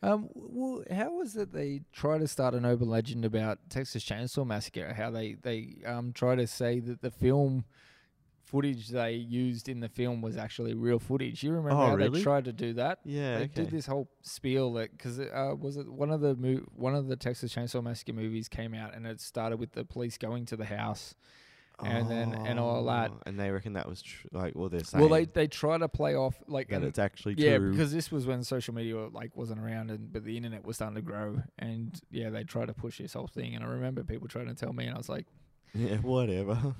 Speaker 1: Um, well, how was it they try to start an urban legend about Texas Chainsaw Massacre? How they they um try to say that the film footage they used in the film was actually real footage. You remember
Speaker 2: Oh,
Speaker 1: how they
Speaker 2: really?
Speaker 1: tried to do that?
Speaker 2: Yeah,
Speaker 1: they did
Speaker 2: okay.
Speaker 1: this whole spiel that because uh, was it one of the mo- one of the Texas Chainsaw Massacre movies came out and it started with the police going to the house, and then and all that.
Speaker 2: Oh, And they reckon that was tr- like, well, they're saying
Speaker 1: Well, they they try to play off like
Speaker 2: that
Speaker 1: an-
Speaker 2: it's actually
Speaker 1: yeah,
Speaker 2: true.
Speaker 1: because this was when social media like wasn't around, and but the internet was starting to grow, and yeah, they tried to push this whole thing. And I remember people trying to tell me, and I was like,
Speaker 2: yeah, whatever.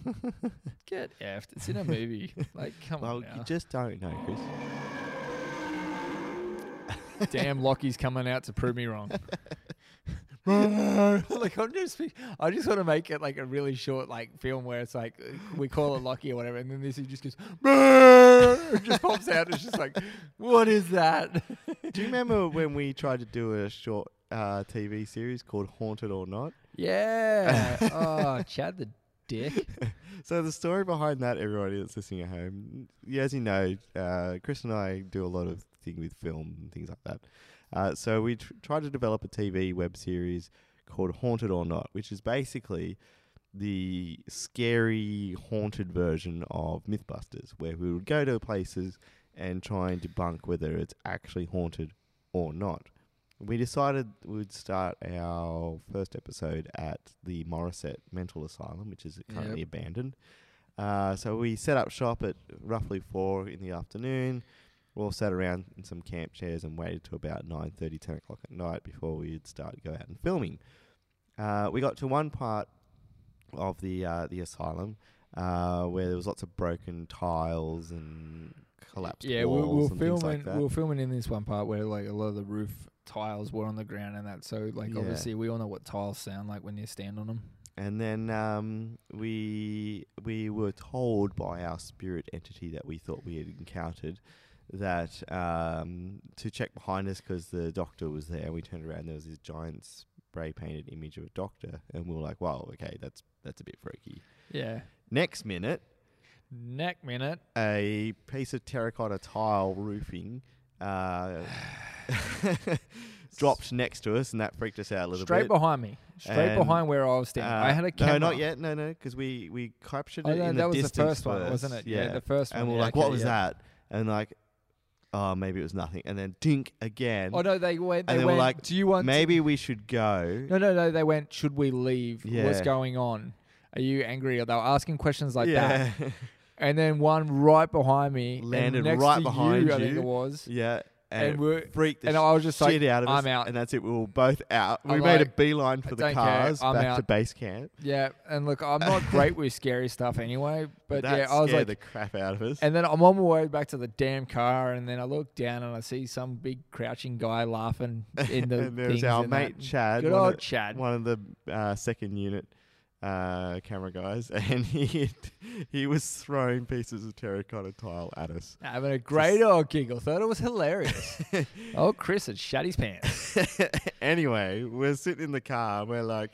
Speaker 1: "Get effed! It's in a movie. like, come
Speaker 2: well,
Speaker 1: on,
Speaker 2: you
Speaker 1: now.
Speaker 2: just don't know, Chris.
Speaker 1: damn, Lockie's coming out to prove me wrong." like I'm just, I just want to make it like a really short like film where it's like we call it Lockie or whatever, and then this he just goes, it just pops out. It's just like, what is that?
Speaker 2: Do you remember when we tried to do a short uh, TV series called Haunted or Not?
Speaker 1: yeah. Oh, Chad the dick.
Speaker 2: So the story behind that, everybody that's listening at home, yeah, as you know, uh, Chris and I do a lot of thing with film and things like that. Uh, so we tr- tried to develop a TV web series called Haunted or Not, which is basically the scary haunted version of MythBusters, where we would go to places and try and debunk whether it's actually haunted or not. We decided we'd start our first episode at the Morissette Mental Asylum, which is currently abandoned. Uh, so we set up shop at roughly four in the afternoon. We all sat around in some camp chairs and waited till about 9.30, 10 o'clock at night before we'd start to go out and filming. Uh, we got to one part of the uh, the asylum uh, where there was lots of broken tiles and collapsed
Speaker 1: yeah,
Speaker 2: walls
Speaker 1: we, we were
Speaker 2: and things
Speaker 1: filming.
Speaker 2: like that.
Speaker 1: we were filming in this one part where like a lot of the roof tiles were on the ground and that. So like
Speaker 2: Yeah.
Speaker 1: obviously we all know what tiles sound like when you stand on them.
Speaker 2: And then um, we we were told by our spirit entity that we thought we had encountered that um, to check behind us because the doctor was there. We turned around, there was this giant spray painted image of a doctor, and we were like, "Wow, okay, that's that's a bit freaky."
Speaker 1: Yeah.
Speaker 2: Next minute,
Speaker 1: Neck minute.
Speaker 2: a piece of terracotta tile roofing. Uh, dropped next to us and that freaked us out a little
Speaker 1: Straight
Speaker 2: bit.
Speaker 1: behind me. Straight
Speaker 2: And,
Speaker 1: behind where I was standing. I
Speaker 2: Uh,
Speaker 1: had a camera.
Speaker 2: No, not yet. No, no, because we we captured
Speaker 1: Oh,
Speaker 2: it
Speaker 1: no,
Speaker 2: in
Speaker 1: that
Speaker 2: the
Speaker 1: was the
Speaker 2: distance
Speaker 1: first one, wasn't
Speaker 2: first,
Speaker 1: it? Yeah, the first
Speaker 2: And
Speaker 1: one,
Speaker 2: we're
Speaker 1: yeah,
Speaker 2: like,
Speaker 1: okay,
Speaker 2: what was
Speaker 1: yeah.
Speaker 2: that? And like, oh, maybe it was nothing. And then dink again.
Speaker 1: Oh no, they went. They
Speaker 2: and then
Speaker 1: went.
Speaker 2: we're like,
Speaker 1: Do you want? to-"
Speaker 2: Maybe we should go.
Speaker 1: No, no, no. They went. Should we leave? What's
Speaker 2: Yeah.
Speaker 1: going on? Are you angry? Or they were asking questions like
Speaker 2: yeah,
Speaker 1: that. And then one right behind me and
Speaker 2: landed
Speaker 1: next
Speaker 2: right
Speaker 1: to
Speaker 2: behind
Speaker 1: you,
Speaker 2: you.
Speaker 1: I think it was.
Speaker 2: Yeah.
Speaker 1: And
Speaker 2: And,
Speaker 1: we're-
Speaker 2: it freaked the
Speaker 1: and I was just like,
Speaker 2: shit out of us.
Speaker 1: "I'm out."
Speaker 2: And that's it. We were both out. We
Speaker 1: I'm
Speaker 2: made a
Speaker 1: like,
Speaker 2: beeline
Speaker 1: "I
Speaker 2: for the
Speaker 1: don't care,
Speaker 2: cars
Speaker 1: I'm
Speaker 2: back to
Speaker 1: out."
Speaker 2: base camp.
Speaker 1: Yeah, and look, I'm not great with scary stuff anyway, but
Speaker 2: that
Speaker 1: yeah, I was
Speaker 2: scared
Speaker 1: like,
Speaker 2: the crap out of us.
Speaker 1: and then I'm on my way back to the damn car, and then I look down and I see some big crouching guy laughing in the.
Speaker 2: and there was
Speaker 1: things
Speaker 2: our
Speaker 1: and
Speaker 2: mate
Speaker 1: that.
Speaker 2: Chad.
Speaker 1: Good
Speaker 2: one
Speaker 1: old
Speaker 2: of-
Speaker 1: Chad.
Speaker 2: One of the uh, second unit uh, camera guys, and he he was throwing pieces of terracotta tile at us.
Speaker 1: Having a great old giggle. Thought it was hilarious. oh, Chris had shat his pants.
Speaker 2: anyway, we're sitting in the car. And we're like,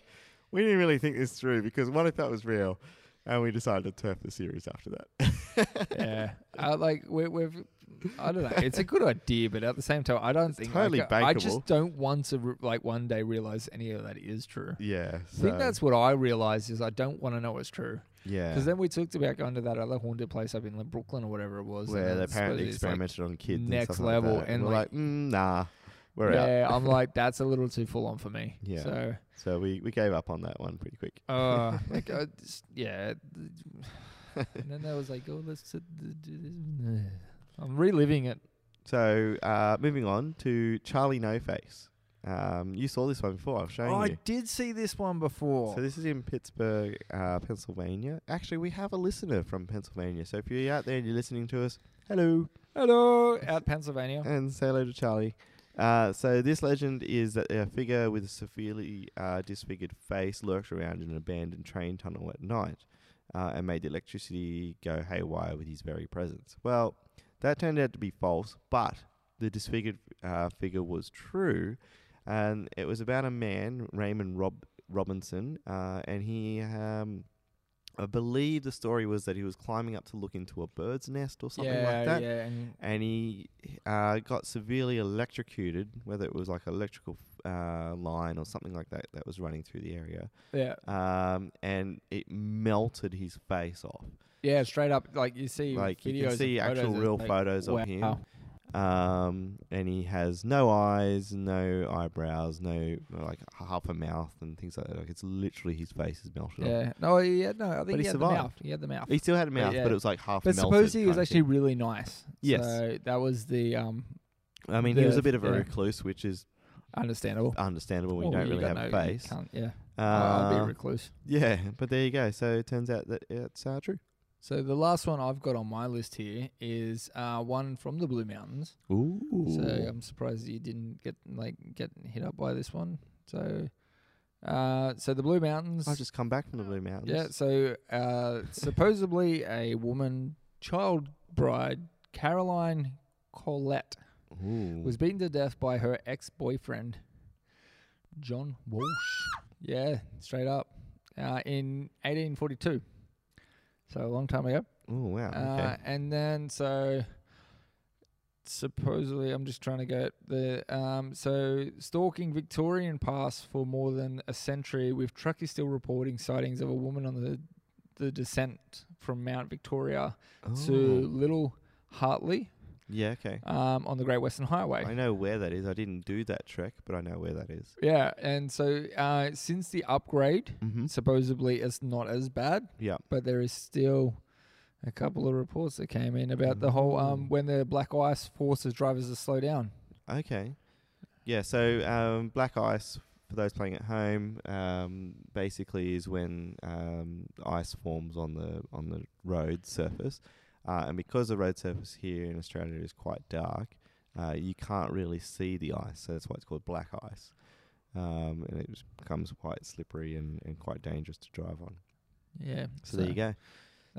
Speaker 2: we didn't really think this through because what if that was real? And we decided to turf the series after that.
Speaker 1: yeah, I, Uh, like we, we've. I don't know. It's a good idea, but at the same time, I don't think
Speaker 2: totally
Speaker 1: like, I I
Speaker 2: bankable.
Speaker 1: just don't want to re- like one day realize any of that is true.
Speaker 2: yeah, so,
Speaker 1: I think that's what I realized is I don't want to know it's true.
Speaker 2: yeah.
Speaker 1: Because then we talked about going to that other haunted place up in Lin- Brooklyn or whatever it was. and
Speaker 2: where
Speaker 1: then
Speaker 2: they
Speaker 1: it's supposedly
Speaker 2: apparently
Speaker 1: it's like-
Speaker 2: experimented on kids and
Speaker 1: next
Speaker 2: stuff like
Speaker 1: level,
Speaker 2: that.
Speaker 1: and
Speaker 2: we're
Speaker 1: like-
Speaker 2: like, "Mm, nah, we're
Speaker 1: yeah,
Speaker 2: out.
Speaker 1: I'm like, that's a little too full on for me.
Speaker 2: Yeah.
Speaker 1: So,
Speaker 2: So we, we gave up on that one pretty quick.
Speaker 1: uh, like, uh, yeah, and then there was like, oh, let's sit- d- do this. I'm reliving it.
Speaker 2: So uh, moving on to Charlie No Face. Um, you saw this one before. I've shown
Speaker 1: I
Speaker 2: you.
Speaker 1: did see this one before.
Speaker 2: So this is in Pittsburgh, uh, Pennsylvania. Actually, we have a listener from Pennsylvania. So if you're out there and you're listening to us, hello
Speaker 1: Hello, out Pennsylvania.
Speaker 2: and say hello to Charlie. Uh, so this legend is that a figure with a severely uh, disfigured face lurks around in an abandoned train tunnel at night uh, and made the electricity go haywire with his very presence. Well, that turned out to be false, but the disfigured uh, figure was true, and it was about a man, Raymond Rob- Robinson, uh, and he. Um, I believe the story was that he was climbing up to look into a bird's nest or something
Speaker 1: yeah,
Speaker 2: like that
Speaker 1: yeah, and
Speaker 2: and he uh, got severely electrocuted, whether it was like electrical uh, line or something like that that was running through the area,
Speaker 1: yeah,
Speaker 2: um, and it melted his face off.
Speaker 1: yeah, straight up. Like you see,
Speaker 2: Like you
Speaker 1: videos
Speaker 2: can
Speaker 1: and
Speaker 2: see
Speaker 1: photos
Speaker 2: actual
Speaker 1: of,
Speaker 2: real
Speaker 1: like,
Speaker 2: photos of him,
Speaker 1: wow.
Speaker 2: um, and he has no eyes, no eyebrows, no like half a mouth and things like that. Like it's literally his face is melted. off.
Speaker 1: Yeah, no, he had no. I think
Speaker 2: he
Speaker 1: he, had
Speaker 2: survived.
Speaker 1: the mouth. He had the mouth.
Speaker 2: He still had a
Speaker 1: But
Speaker 2: mouth,
Speaker 1: yeah.
Speaker 2: but it was like half.
Speaker 1: but
Speaker 2: melted
Speaker 1: suppose he was
Speaker 2: kind of thing.
Speaker 1: actually really nice.
Speaker 2: Yes.
Speaker 1: So that was the um
Speaker 2: I mean, he was
Speaker 1: Yeah,
Speaker 2: a bit of a
Speaker 1: yeah.
Speaker 2: recluse, which is
Speaker 1: understandable.
Speaker 2: understandable. when
Speaker 1: Well,
Speaker 2: you Oh, don't
Speaker 1: you
Speaker 2: really
Speaker 1: got
Speaker 2: have a
Speaker 1: no- you
Speaker 2: face. Um, Uh,
Speaker 1: can't- Yeah, I'll I'll be a recluse.
Speaker 2: Yeah, but there you go. So it turns out that it's uh, true.
Speaker 1: So the last one I've got on my list here is uh, one from the Blue Mountains.
Speaker 2: Ooh.
Speaker 1: So
Speaker 2: um,
Speaker 1: I'm surprised you didn't get like get hit up by this one. So, uh, so the Blue Mountains.
Speaker 2: I've just come back from the Blue Mountains.
Speaker 1: yeah. So uh, supposedly a woman child bride Caroline Collette
Speaker 2: Ooh.
Speaker 1: was beaten to death by her ex-boyfriend John Walsh. Yeah, straight up uh, in 1842. So a long time ago.
Speaker 2: Ooh, wow.
Speaker 1: Uh,
Speaker 2: Okay.
Speaker 1: and then so supposedly I'm just trying to get the um so stalking Victorian past for more than a century with truckers still reporting sightings of a woman on the the descent from Mount Victoria to
Speaker 2: Oh.
Speaker 1: Little Hartley
Speaker 2: Yeah, okay.
Speaker 1: um on the Great Western Highway.
Speaker 2: I know where that is. I didn't do that trek, but I know where that is.
Speaker 1: Yeah, and so uh since the upgrade
Speaker 2: Mm-hmm.
Speaker 1: supposedly it's not as bad
Speaker 2: Yeah.
Speaker 1: but there is still a couple of reports that came in about the whole
Speaker 2: Mm.
Speaker 1: um, when the black ice forces drivers to slow down.
Speaker 2: Okay. Yeah, so
Speaker 1: Mm.
Speaker 2: um, black ice, for those playing at home, um, basically is when um, ice forms on the on the road surface. Uh, and because the road surface here in Australia is quite dark, uh, you can't really see the ice. So that's why it's called black ice. Um, and it just becomes quite slippery and, and quite dangerous to drive on.
Speaker 1: Yeah.
Speaker 2: So, there you go.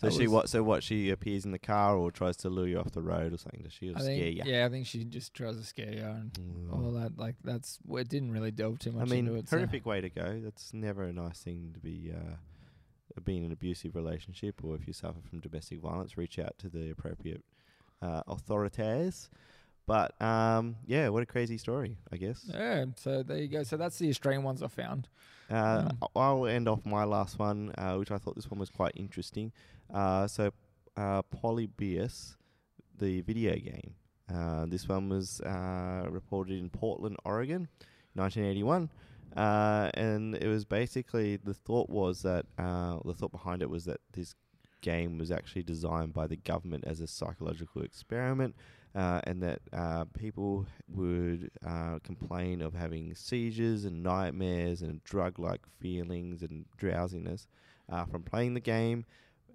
Speaker 2: So
Speaker 1: that
Speaker 2: she
Speaker 1: was-
Speaker 2: what? So what? She appears in the car or tries to lure you off the road or something. Does she or
Speaker 1: I
Speaker 2: scare Mm.
Speaker 1: think,
Speaker 2: you?
Speaker 1: yeah, I think she just tries to scare you and all that. Like that's well, it didn't really delve too much
Speaker 2: I mean,
Speaker 1: into it. so-
Speaker 2: horrific way to go. That's never a nice thing to be uh, being in an abusive relationship, or if you suffer from domestic violence, reach out to the appropriate uh, authorities. But um, yeah, what a crazy story, I guess.
Speaker 1: yeah. So there you go. So that's the Australian ones I found.
Speaker 2: Uh,
Speaker 1: Mm.
Speaker 2: I- I'll end off my last one, uh, which I thought this one was quite interesting. Uh, so, uh, Polybius, the video game. Uh, this one was uh, reported in Portland, Oregon, 1981. Uh, and it was basically the thought was that uh, the thought behind it was that this game was actually designed by the government as a psychological experiment, uh, and that uh, people would uh, complain of having seizures and nightmares and drug like feelings and drowsiness uh, from playing the game.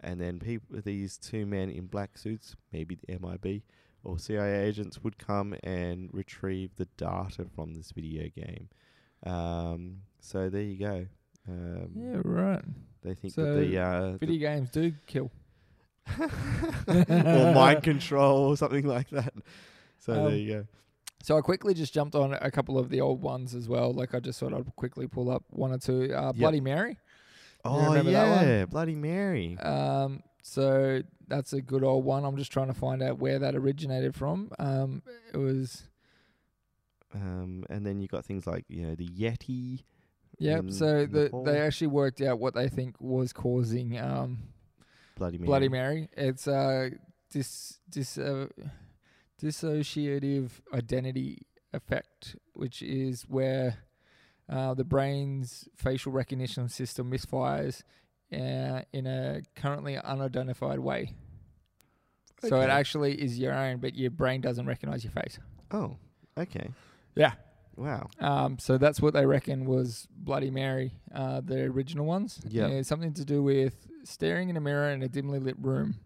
Speaker 2: And then people, these two men in black suits, maybe the MIB or CIA agents, would come and retrieve the data from this video game. Um, so there you go. Um,
Speaker 1: Yeah. Right.
Speaker 2: They think
Speaker 1: So,
Speaker 2: that the uh, the
Speaker 1: Video games do kill.
Speaker 2: or mind control or something like that. So there
Speaker 1: Um,
Speaker 2: you go.
Speaker 1: So I quickly just jumped on a couple of the old ones as well. Like I just thought I'd quickly pull up one or two. Uh,
Speaker 2: Yep.
Speaker 1: Bloody Mary. you
Speaker 2: Oh
Speaker 1: remember that
Speaker 2: yeah,
Speaker 1: one?
Speaker 2: Bloody Mary.
Speaker 1: Um, so that's a good old one. I'm just trying to find out where that originated from. Um, it was
Speaker 2: Um, and then you got things like you know the Yeti.
Speaker 1: yep.
Speaker 2: In
Speaker 1: so the,
Speaker 2: Nepal?
Speaker 1: they actually worked out what they think was causing um,
Speaker 2: Bloody Mary.
Speaker 1: Bloody Mary. It's uh, dis dis uh, dissociative identity effect, which is where uh, the brain's facial recognition system misfires uh, in a currently unidentified way. So it
Speaker 2: Okay.
Speaker 1: actually is your own, but your brain doesn't recognize your face.
Speaker 2: Oh, okay.
Speaker 1: Yeah.
Speaker 2: Wow.
Speaker 1: Um, so that's what they reckon was Bloody Mary, uh, the original ones.
Speaker 2: Yeah.
Speaker 1: Uh, something to do with staring in a mirror in a dimly lit room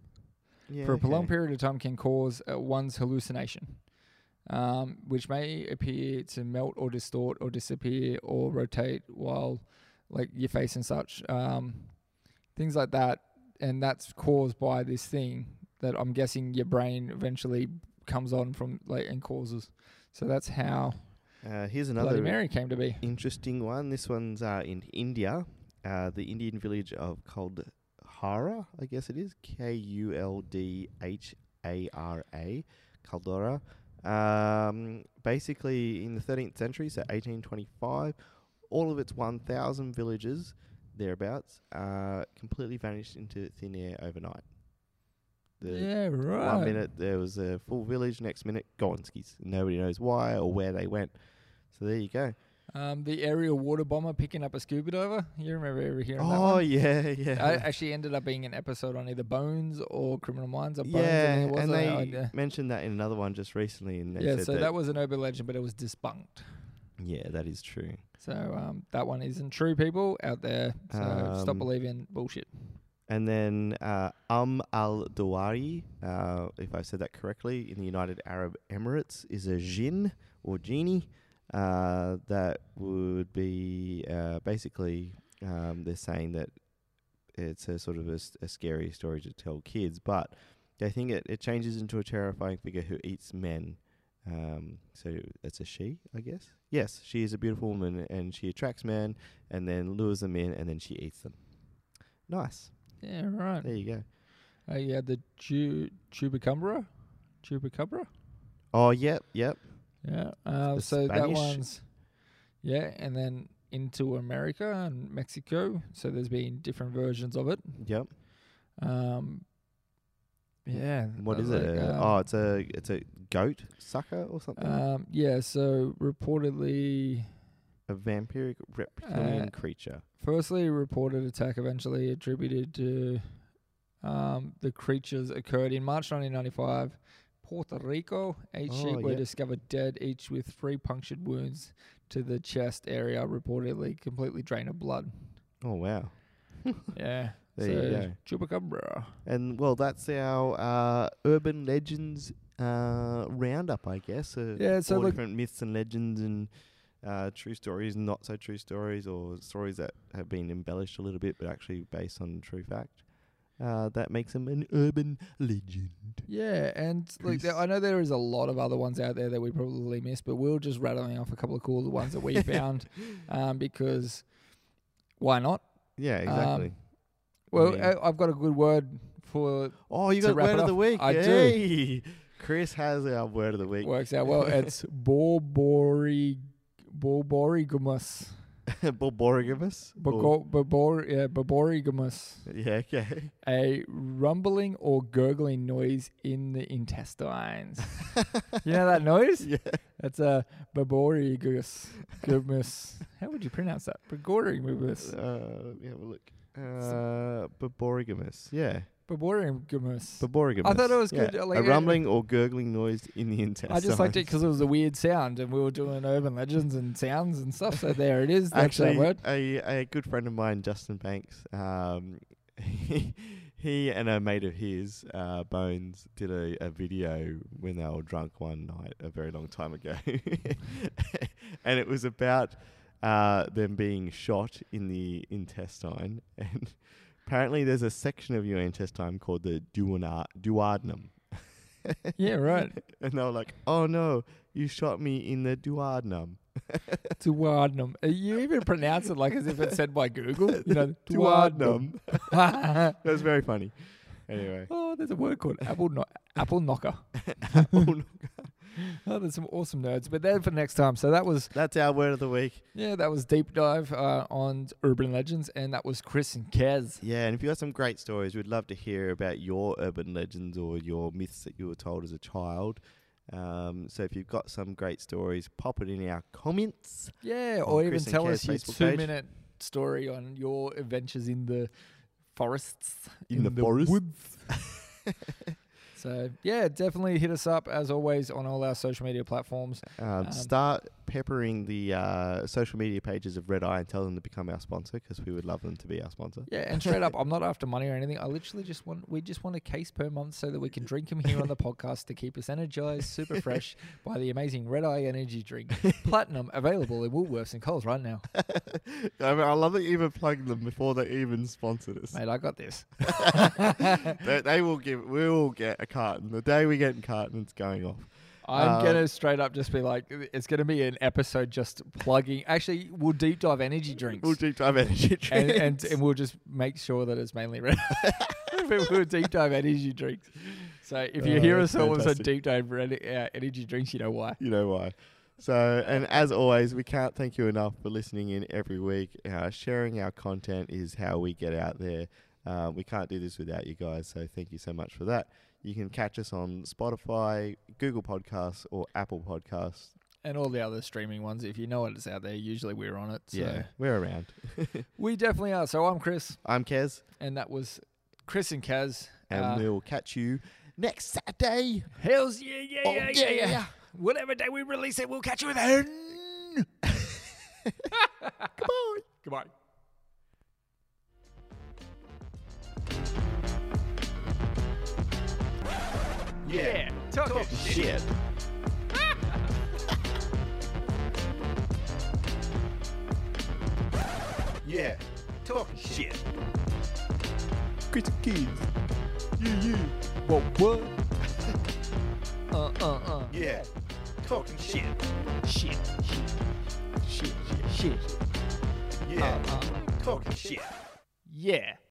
Speaker 2: Yeah,
Speaker 1: for a prolonged
Speaker 2: okay.
Speaker 1: period of time can cause uh, one's hallucination, um, which may appear to melt or distort or disappear or rotate while, like your face and such, um, things like that, and that's caused by this thing that I'm guessing your brain eventually comes on from like and causes. So that's how
Speaker 2: Uh, here's
Speaker 1: Bloody
Speaker 2: another
Speaker 1: Mary came to be.
Speaker 2: interesting one. This one's uh, in India, uh, the Indian village of Kaldhara, I guess it is K U L D H A R A, Kaldhara. Um, basically, in the 13th century, so 1825, all of its 1,000 villages thereabouts uh, completely vanished into thin air overnight. The
Speaker 1: yeah, right.
Speaker 2: one minute there was a full village, next minute gone skis. Nobody knows why or where they went. So there you go.
Speaker 1: Um, the aerial water bomber picking up a scuba diver. You remember ever hearing that one?
Speaker 2: Oh yeah, yeah.
Speaker 1: I actually ended up being an episode on either Bones or Criminal Minds or Bones.
Speaker 2: yeah,
Speaker 1: and, there was
Speaker 2: and
Speaker 1: a-
Speaker 2: they
Speaker 1: uh, yeah.
Speaker 2: mentioned that in another one just recently, and they
Speaker 1: yeah,
Speaker 2: said
Speaker 1: so that,
Speaker 2: that,
Speaker 1: was an urban legend, but it was despunked.
Speaker 2: yeah, that is true.
Speaker 1: So um, that one isn't true, people out there. So stop
Speaker 2: Um,
Speaker 1: believing bullshit.
Speaker 2: And then uh, Um Al Dawari, uh, if I said that correctly, in the United Arab Emirates is a jinn or genie uh, that would be uh, basically um, they're saying that it's a sort of a, s- a scary story to tell kids, but they think it, it changes into a terrifying figure who eats men. Um, so that's a she, I guess. Yes, she is a beautiful woman and she attracts men and then lures them in and then she eats them. Nice.
Speaker 1: Yeah, right.
Speaker 2: There you go.
Speaker 1: Uh, you had the Ju- Chupacabra. Chupacabra.
Speaker 2: Oh, yep, yep.
Speaker 1: Yeah. Uh,
Speaker 2: the
Speaker 1: so that
Speaker 2: Spanish.
Speaker 1: one's. Yeah, and then into America and Mexico. So there's been different versions of it.
Speaker 2: Yep.
Speaker 1: Um, yeah.
Speaker 2: What
Speaker 1: uh,
Speaker 2: is it?
Speaker 1: like,
Speaker 2: Uh,
Speaker 1: um,
Speaker 2: oh, it's a it's a goat sucker or something.
Speaker 1: Um, yeah, so reportedly,
Speaker 2: a vampiric
Speaker 1: uh,
Speaker 2: reptilian creature.
Speaker 1: firstly, reported attack eventually attributed to um, the creatures occurred in March 1995. Puerto Rico, eight
Speaker 2: Oh,
Speaker 1: sheep were
Speaker 2: yeah.
Speaker 1: discovered dead, each with three punctured wounds to the chest area, reportedly completely drained of blood.
Speaker 2: Oh wow.
Speaker 1: yeah.
Speaker 2: There you
Speaker 1: so, Chupacabra.
Speaker 2: And well, that's our uh, urban legends uh, roundup, I guess. Uh,
Speaker 1: Yeah, so
Speaker 2: all
Speaker 1: look-
Speaker 2: different myths and legends and uh, true stories, not so true stories, or stories that have been embellished a little bit, but actually based on true fact. Uh, that makes them an urban legend.
Speaker 1: Yeah, and like there, I know there is a lot of other ones out there that we probably missed, but we're just rattling off a couple of cool ones that we found um, because why not?
Speaker 2: Yeah,
Speaker 1: Um,
Speaker 2: exactly.
Speaker 1: Well,
Speaker 2: mean-
Speaker 1: I- I've got a good word for
Speaker 2: Oh, you
Speaker 1: to
Speaker 2: got
Speaker 1: wrap
Speaker 2: word
Speaker 1: it
Speaker 2: of the
Speaker 1: off,
Speaker 2: week.
Speaker 1: I do.
Speaker 2: Yay. Chris has our word of the week.
Speaker 1: works out well. It's Borbori Borborigamus.
Speaker 2: Borborigibus.
Speaker 1: Bogor- Bobor- yeah, Borborigamus.
Speaker 2: Yeah, okay.
Speaker 1: A rumbling or gurgling noise in the intestines. you know that noise?
Speaker 2: Yeah.
Speaker 1: That's a Borborigamus. Gumus. How would you pronounce that? Borborigamus.
Speaker 2: Uh, let me have a look. Uh, Borborigibus. Yeah.
Speaker 1: Borborigamus.
Speaker 2: Borborigibus.
Speaker 1: I thought it was
Speaker 2: Yeah.
Speaker 1: good, uh, like,
Speaker 2: a
Speaker 1: uh,
Speaker 2: rumbling or gurgling noise in the intestine.
Speaker 1: I just liked it because it was a weird sound, and we were doing urban legends and sounds and stuff. So there it is. That's
Speaker 2: Actually,
Speaker 1: that word.
Speaker 2: A, a good friend of mine, Justin Banks, um, he, he and a mate of his, uh, Bones, did a, a video when they were drunk one night a very long time ago. and it was about uh, them being shot in the intestine. And apparently, there's a section of your intestine called the duodena- duodenum.
Speaker 1: Yeah, right.
Speaker 2: And they were like, oh no, you shot me in the duodenum.
Speaker 1: Duodenum. Uh, You even pronounce it like as if it's said by Google. You know, duodenum.
Speaker 2: Duodenum.
Speaker 1: oh,
Speaker 2: That was very funny. Anyway.
Speaker 1: there's a word called apple kno- apple knocker.
Speaker 2: Oh, no.
Speaker 1: Oh, there's some awesome nerds. But then for next time. So that was
Speaker 2: That's our word of the week.
Speaker 1: yeah, that was deep dive uh, on urban legends, and that was Chris and Kez.
Speaker 2: Yeah, and if you got some great stories, we'd love to hear about your urban legends or your myths that you were told as a child. Um, so if you've got some great stories, pop it in our comments.
Speaker 1: Yeah,
Speaker 2: On
Speaker 1: or even
Speaker 2: Chris and
Speaker 1: tell
Speaker 2: Kez
Speaker 1: us your
Speaker 2: Facebook page.
Speaker 1: two minute story on your adventures in the forests.
Speaker 2: In the forest.
Speaker 1: woods. so yeah, definitely hit us up as always on all our social media platforms.
Speaker 2: Um,
Speaker 1: Um,
Speaker 2: start peppering the uh, social media pages of Red Eye and tell them to become our sponsor because we would love them to be our sponsor.
Speaker 1: Yeah, and straight up, I'm not after money or anything. I literally just want we just want a case per month so that we can drink them here on the podcast to keep us energized, super fresh by the amazing Red Eye Energy Drink Platinum available in Woolworths and Coles right now.
Speaker 2: I, mean, I love that you even plugged them before they even sponsored us.
Speaker 1: Mate, I got this.
Speaker 2: they, they will give. We will get a carton the day we get a carton. It's going off.
Speaker 1: I'm
Speaker 2: Um,
Speaker 1: gonna straight up just be like, it's gonna be an episode just plugging. Actually, we'll deep dive energy drinks.
Speaker 2: We'll deep dive energy drinks.
Speaker 1: and, and and we'll just make sure that it's mainly red. but we'll deep dive energy drinks. So if you
Speaker 2: Oh,
Speaker 1: hear us
Speaker 2: that's
Speaker 1: someone say
Speaker 2: fantastic.
Speaker 1: deep dive red, uh, energy drinks, you know why.
Speaker 2: you know why. So, and as always, we can't thank you enough for listening in every week. Uh, sharing our content is how we get out there. Uh, we can't do this without you guys, so thank you so much for that. You can catch us on Spotify, Google Podcasts, or Apple Podcasts.
Speaker 1: And all the other streaming ones, if you know it's out there, usually we're on it. So
Speaker 2: yeah, we're around.
Speaker 1: we definitely are. So I'm Chris,
Speaker 2: I'm Kez,
Speaker 1: and that was Chris and Kaz.
Speaker 2: and
Speaker 1: uh,
Speaker 2: we'll catch you next Saturday.
Speaker 1: Hells yeah, yeah,
Speaker 2: Oh,
Speaker 1: yeah,
Speaker 2: yeah,
Speaker 1: yeah, yeah,
Speaker 2: yeah.
Speaker 1: Whatever day we release it, we'll catch you then. Goodbye. Goodbye. Yeah, talk, it.
Speaker 2: Shit.
Speaker 3: Yeah, talking shit.
Speaker 2: Chris Keys. Yeah, yeah.
Speaker 1: What? What? uh, uh, uh.
Speaker 3: Yeah, talking shit.
Speaker 1: Shit, shit, shit, shit, shit. Uh-huh.
Speaker 3: Yeah, talking shit.
Speaker 1: Yeah.